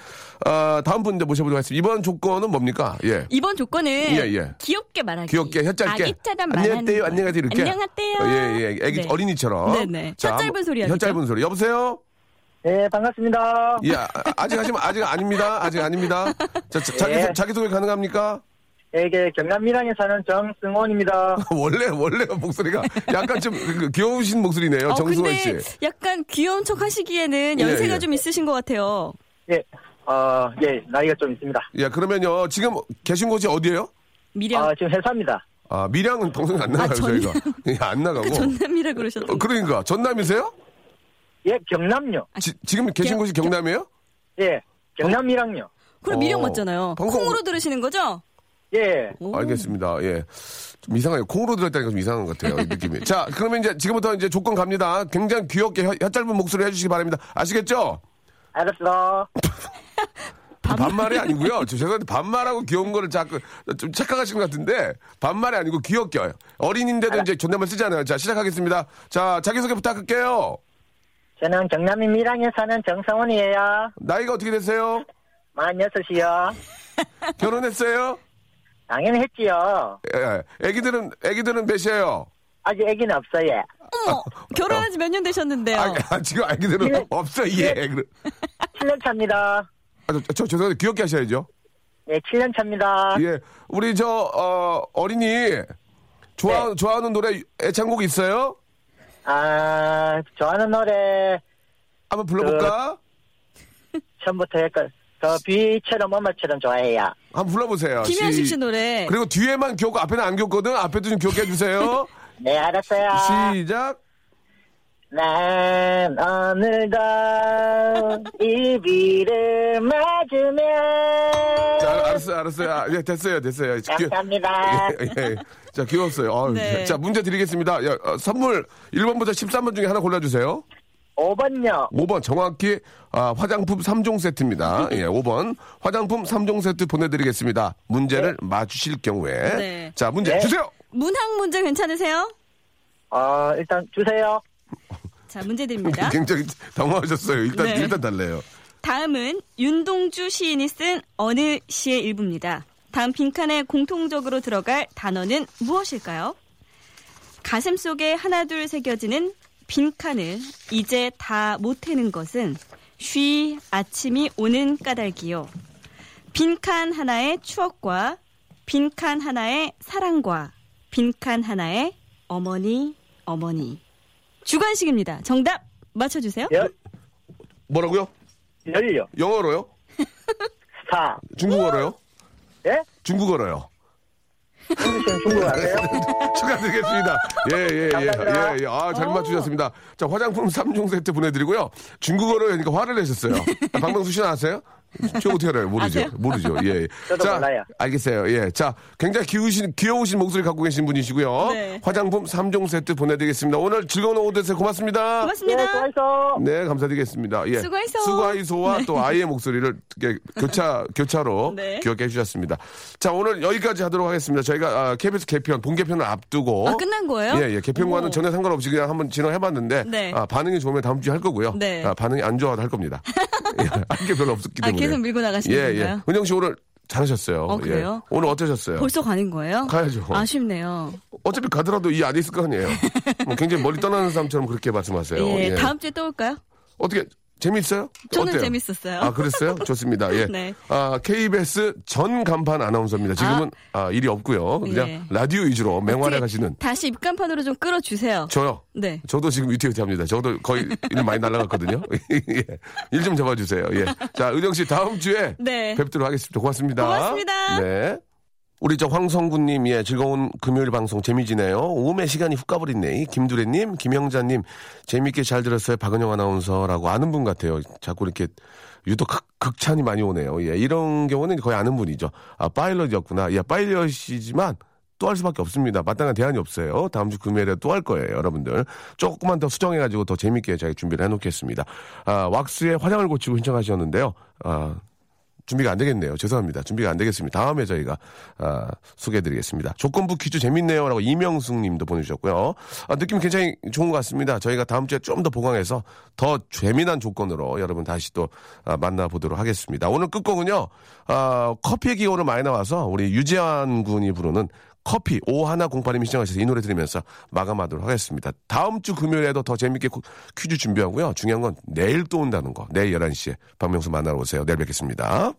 Speaker 1: 아, 다음 분 이제 모셔보도록 하겠습니다. 이번 조건은 뭡니까? 예.
Speaker 4: 이번 조건은
Speaker 1: 예, 예.
Speaker 4: 귀엽게 말하기.
Speaker 1: 귀엽게 혀 짧게
Speaker 4: 아기처럼 말하는
Speaker 1: 안녕하세요
Speaker 4: 거.
Speaker 1: 안녕하세요 이렇게 어,
Speaker 4: 안녕하세요.
Speaker 1: 예예 애기
Speaker 4: 네.
Speaker 1: 어린이처럼
Speaker 4: 네네. 혀 짧은
Speaker 1: 한번-
Speaker 4: 소리
Speaker 1: 혀
Speaker 4: 하겠죠?
Speaker 1: 짧은 소리 여보세요
Speaker 5: 네, 반갑습니다.
Speaker 1: 예 아, 아직 하시면 아직 아닙니다 아직 아닙니다 자, 자, 자기
Speaker 5: 예.
Speaker 1: 자기 소개 가능합니까 예.
Speaker 5: 이게 경남 밀양에 사는 정승원입니다.
Speaker 1: 원래 원래 목소리가 약간 좀그 귀여우신 목소리네요
Speaker 4: 어,
Speaker 1: 정승원 씨
Speaker 4: 근데 약간 귀여운 척 하시기에는
Speaker 1: 예,
Speaker 4: 연세가
Speaker 1: 예.
Speaker 4: 좀 있으신 것 같아요.
Speaker 5: 예, 아, 예, 나이가 좀 있습니다.
Speaker 1: 예, 그러면요 지금 계신 곳이 어디예요?
Speaker 4: 미량.
Speaker 5: 아, 지금 회사입니다.
Speaker 1: 아 밀양은 방송에 안 나가요
Speaker 4: 전-
Speaker 1: 저희가 예, 안 나가고
Speaker 4: 그 전남이라 그러셨던
Speaker 1: 어, 그러니까 전남이세요?
Speaker 5: 예, 경남요.
Speaker 4: 아,
Speaker 1: 지, 지금 계신
Speaker 4: 경-
Speaker 1: 곳이 경남이에요?
Speaker 5: 예, 경남 밀양요.
Speaker 4: 그럼 미령
Speaker 1: 어,
Speaker 4: 맞잖아요.
Speaker 1: 방송-
Speaker 4: 콩으로 들으시는 거죠?
Speaker 5: 예,
Speaker 4: 오.
Speaker 1: 알겠습니다. 예. 좀 이상해요. 콩으로 들었다니까 좀 이상한 것 같아요. 이 느낌이. 자, 그러면 이제 지금부터 이제 조건 갑니다. 굉장히 귀엽게 혀, 혀 짧은 목소리 해주시기 바랍니다. 아시겠죠?
Speaker 5: 알았어.
Speaker 1: 반말이 아니고요. 저 죄송한데 반말하고 귀여운 거를 자꾸 좀 착각하신 것 같은데 반말이 아니고 귀엽게. 어린인데도 이제 존댓말 쓰잖아요. 자, 시작하겠습니다. 자, 자기소개 부탁할게요.
Speaker 5: 저는 경남 밀양에 사는 정성원이에요.
Speaker 1: 나이가 어떻게 되세요?
Speaker 5: 만 6이요.
Speaker 1: 결혼했어요?
Speaker 5: 당연히 했지요.
Speaker 1: 예. 애기들은, 애기들은 몇이에요?
Speaker 5: 아직 애기는 없어요.
Speaker 4: 어머, 결혼한 지 몇 년 되셨는데요.
Speaker 1: 아, 아, 지금 애기들은 없어, 예. 그래.
Speaker 5: 7년 차입니다.
Speaker 1: 아, 저, 저 죄송한데 귀엽게 하셔야죠.
Speaker 5: 예, 7년 차입니다.
Speaker 1: 예, 우리 저 어, 어린이 좋아
Speaker 5: 네.
Speaker 1: 좋아하는 노래 애창곡 있어요?
Speaker 5: 아, 좋아하는 노래
Speaker 1: 한번 불러볼까?
Speaker 4: 어.
Speaker 5: 처음부터 할까? 더 비처럼 엄마처럼 좋아해요.
Speaker 1: 한번 불러보세요.
Speaker 4: 김현식
Speaker 1: 시-
Speaker 4: 씨 노래.
Speaker 1: 그리고 뒤에만 귀엽고 앞에는 안 귀엽거든. 앞에도 좀 귀엽게 해주세요.
Speaker 5: 네, 알았어요.
Speaker 4: 아.
Speaker 1: 시작.
Speaker 5: 난 오늘도 이비를 맞으면
Speaker 1: 자, 알- 알았어요, 알았어요. 아, 예, 됐어요, 됐어요. 귀-
Speaker 5: 감사합니다.
Speaker 1: 예, 예. 자, 귀여웠어요. 아유,
Speaker 4: 네.
Speaker 1: 자, 문제 드리겠습니다. 야, 어, 선물 1번부터 13번 중에 하나 골라주세요.
Speaker 5: 5번요.
Speaker 1: 5번 정확히 아, 화장품 3종 세트입니다. 예, 5번 화장품 3종 세트 보내드리겠습니다. 문제를 맞추실 경우에
Speaker 4: 네.
Speaker 1: 자 문제
Speaker 5: 네.
Speaker 1: 주세요.
Speaker 4: 문학 문제 괜찮으세요?
Speaker 5: 어, 일단 주세요.
Speaker 4: 자, 문제 드립니다.
Speaker 1: 굉장히 당황하셨어요. 일단
Speaker 4: 네.
Speaker 1: 일단 달래요.
Speaker 4: 다음은 윤동주 시인이 쓴 어느 시의 일부입니다. 다음 빈칸에 공통적으로 들어갈 단어는 무엇일까요? 가슴 속에 하나둘 새겨지는 빈칸을 이제 다 못해는 것은 쉬 아침이 오는 까닭이요. 빈칸 하나의 추억과 빈칸 하나의 사랑과 빈칸 하나의 어머니 어머니 주관식입니다. 정답 맞춰주세요.
Speaker 5: 열,
Speaker 1: 뭐라고요?
Speaker 5: 열요.
Speaker 1: 영어로요?
Speaker 5: 사.
Speaker 1: 중국어로요?
Speaker 5: 예?
Speaker 1: 중국어로요.
Speaker 5: 그러니까 지금 중국 아세요?
Speaker 1: 축하드리겠습니다. 예, 예, 예. 예, 예. 아,
Speaker 5: 어.
Speaker 1: 잘 맞추셨습니다. 자, 화장품 3종 세트 보내드리고요. 중국어로 하니까 화를 내셨어요. 박명수 씨는 아세요? 저 어떻게 알아요? 모르죠. 모르죠. 예. 예.
Speaker 5: 저도 몰라요.
Speaker 1: 알겠어요. 예. 자, 굉장히 귀우신, 귀여우신 목소리 갖고 계신 분이시고요.
Speaker 4: 네.
Speaker 1: 화장품 3종 세트 보내드리겠습니다. 오늘 즐거운 오후 되세요. 고맙습니다.
Speaker 4: 예, 고맙습니다.
Speaker 5: 예, 수고했어.
Speaker 1: 네, 감사드리겠습니다. 예.
Speaker 4: 수고하이소.
Speaker 1: 수고하이소와 또 아이의 목소리를 이렇게 교차, 교차로
Speaker 4: 네.
Speaker 1: 기억해 주셨습니다. 자, 오늘 여기까지 하도록 하겠습니다. 저희가 아, KBS 개편, 본 개편을 앞두고.
Speaker 4: 아, 끝난 거예요?
Speaker 1: 예, 예. 개편과는
Speaker 4: 오.
Speaker 1: 전혀 상관없이 그냥 한번 진행해 봤는데.
Speaker 4: 네.
Speaker 1: 아, 반응이 좋으면 다음 주에 할 거고요.
Speaker 4: 네.
Speaker 1: 아, 반응이 안 좋아도 할 겁니다. 예, 할게 별로 없었기
Speaker 4: 아,
Speaker 1: 때문에.
Speaker 4: 계속 밀고 나가시는
Speaker 1: 예, 예.
Speaker 4: 건가요?
Speaker 1: 은영 씨 오늘 잘하셨어요.
Speaker 4: 어, 그래요?
Speaker 1: 예. 오늘 어떠셨어요?
Speaker 4: 벌써 가는 거예요?
Speaker 1: 가야죠. 뭐.
Speaker 4: 아쉽네요.
Speaker 1: 어차피 가더라도 이 안에 있을 거 아니에요. 뭐 굉장히 멀리 떠나는 사람처럼 그렇게 말씀하세요.
Speaker 4: 예,
Speaker 1: 예.
Speaker 4: 다음 주에 또 올까요?
Speaker 1: 어떻게 재밌어요?
Speaker 4: 저는
Speaker 1: 어때요?
Speaker 4: 재밌었어요.
Speaker 1: 아 그랬어요? 좋습니다. 예.
Speaker 4: 네.
Speaker 1: 아 KBS 전 간판 아나운서입니다. 지금은 아, 일이 없고요. 그냥
Speaker 4: 예.
Speaker 1: 라디오 위주로 맹활약 하시는
Speaker 4: 다시 입간판으로 좀 끌어주세요.
Speaker 1: 저요.
Speaker 4: 네.
Speaker 1: 저도 지금 위태위태 합니다. 저도 거의 일 많이 날라갔거든요. 예. 일 좀 잡아주세요. 예. 자, 은영 씨 다음 주에
Speaker 4: 네.
Speaker 1: 뵙도록 하겠습니다. 고맙습니다.
Speaker 4: 고맙습니다.
Speaker 1: 네. 우리 저 황성구님, 예, 즐거운 금요일 방송 재미지네요. 오후에 시간이 훅 가버렸네. 김두래님, 김영자님, 재밌게 잘 들었어요. 박은영 아나운서라고 아는 분 같아요. 자꾸 이렇게 유독 극, 극찬이 많이 오네요. 예, 이런 경우는 거의 아는 분이죠. 아, 파일럿이었구나. 예, 파일럿이지만 또 할 수밖에 없습니다. 마땅한 대안이 없어요. 다음 주 금요일에 또 할 거예요, 여러분들. 조금만 더 수정해가지고 더 재밌게 저희 준비를 해놓겠습니다. 아, 왁스에 화장을 고치고 신청하셨는데요. 아, 준비가 안 되겠네요. 죄송합니다. 준비가 안 되겠습니다. 다음에 저희가 아, 소개해드리겠습니다. 조건부 퀴즈 재밌네요라고 이명숙님도 보내주셨고요. 아, 느낌 굉장히 좋은 것 같습니다. 저희가 다음 주에 좀 더 보강해서 더 재미난 조건으로 여러분 다시 또 아, 만나보도록 하겠습니다. 오늘 끝곡은요. 아, 커피의 기호로 많이 나와서 우리 유재환 군이 부르는 커피 5108님이 시청하셔서 이 노래 들으면서 마감하도록 하겠습니다. 다음 주 금요일에도 더 재밌게 구- 퀴즈 준비하고요. 중요한 건 내일 또 온다는 거. 내일 11시에 박명수 만나러 오세요. 내일 뵙겠습니다.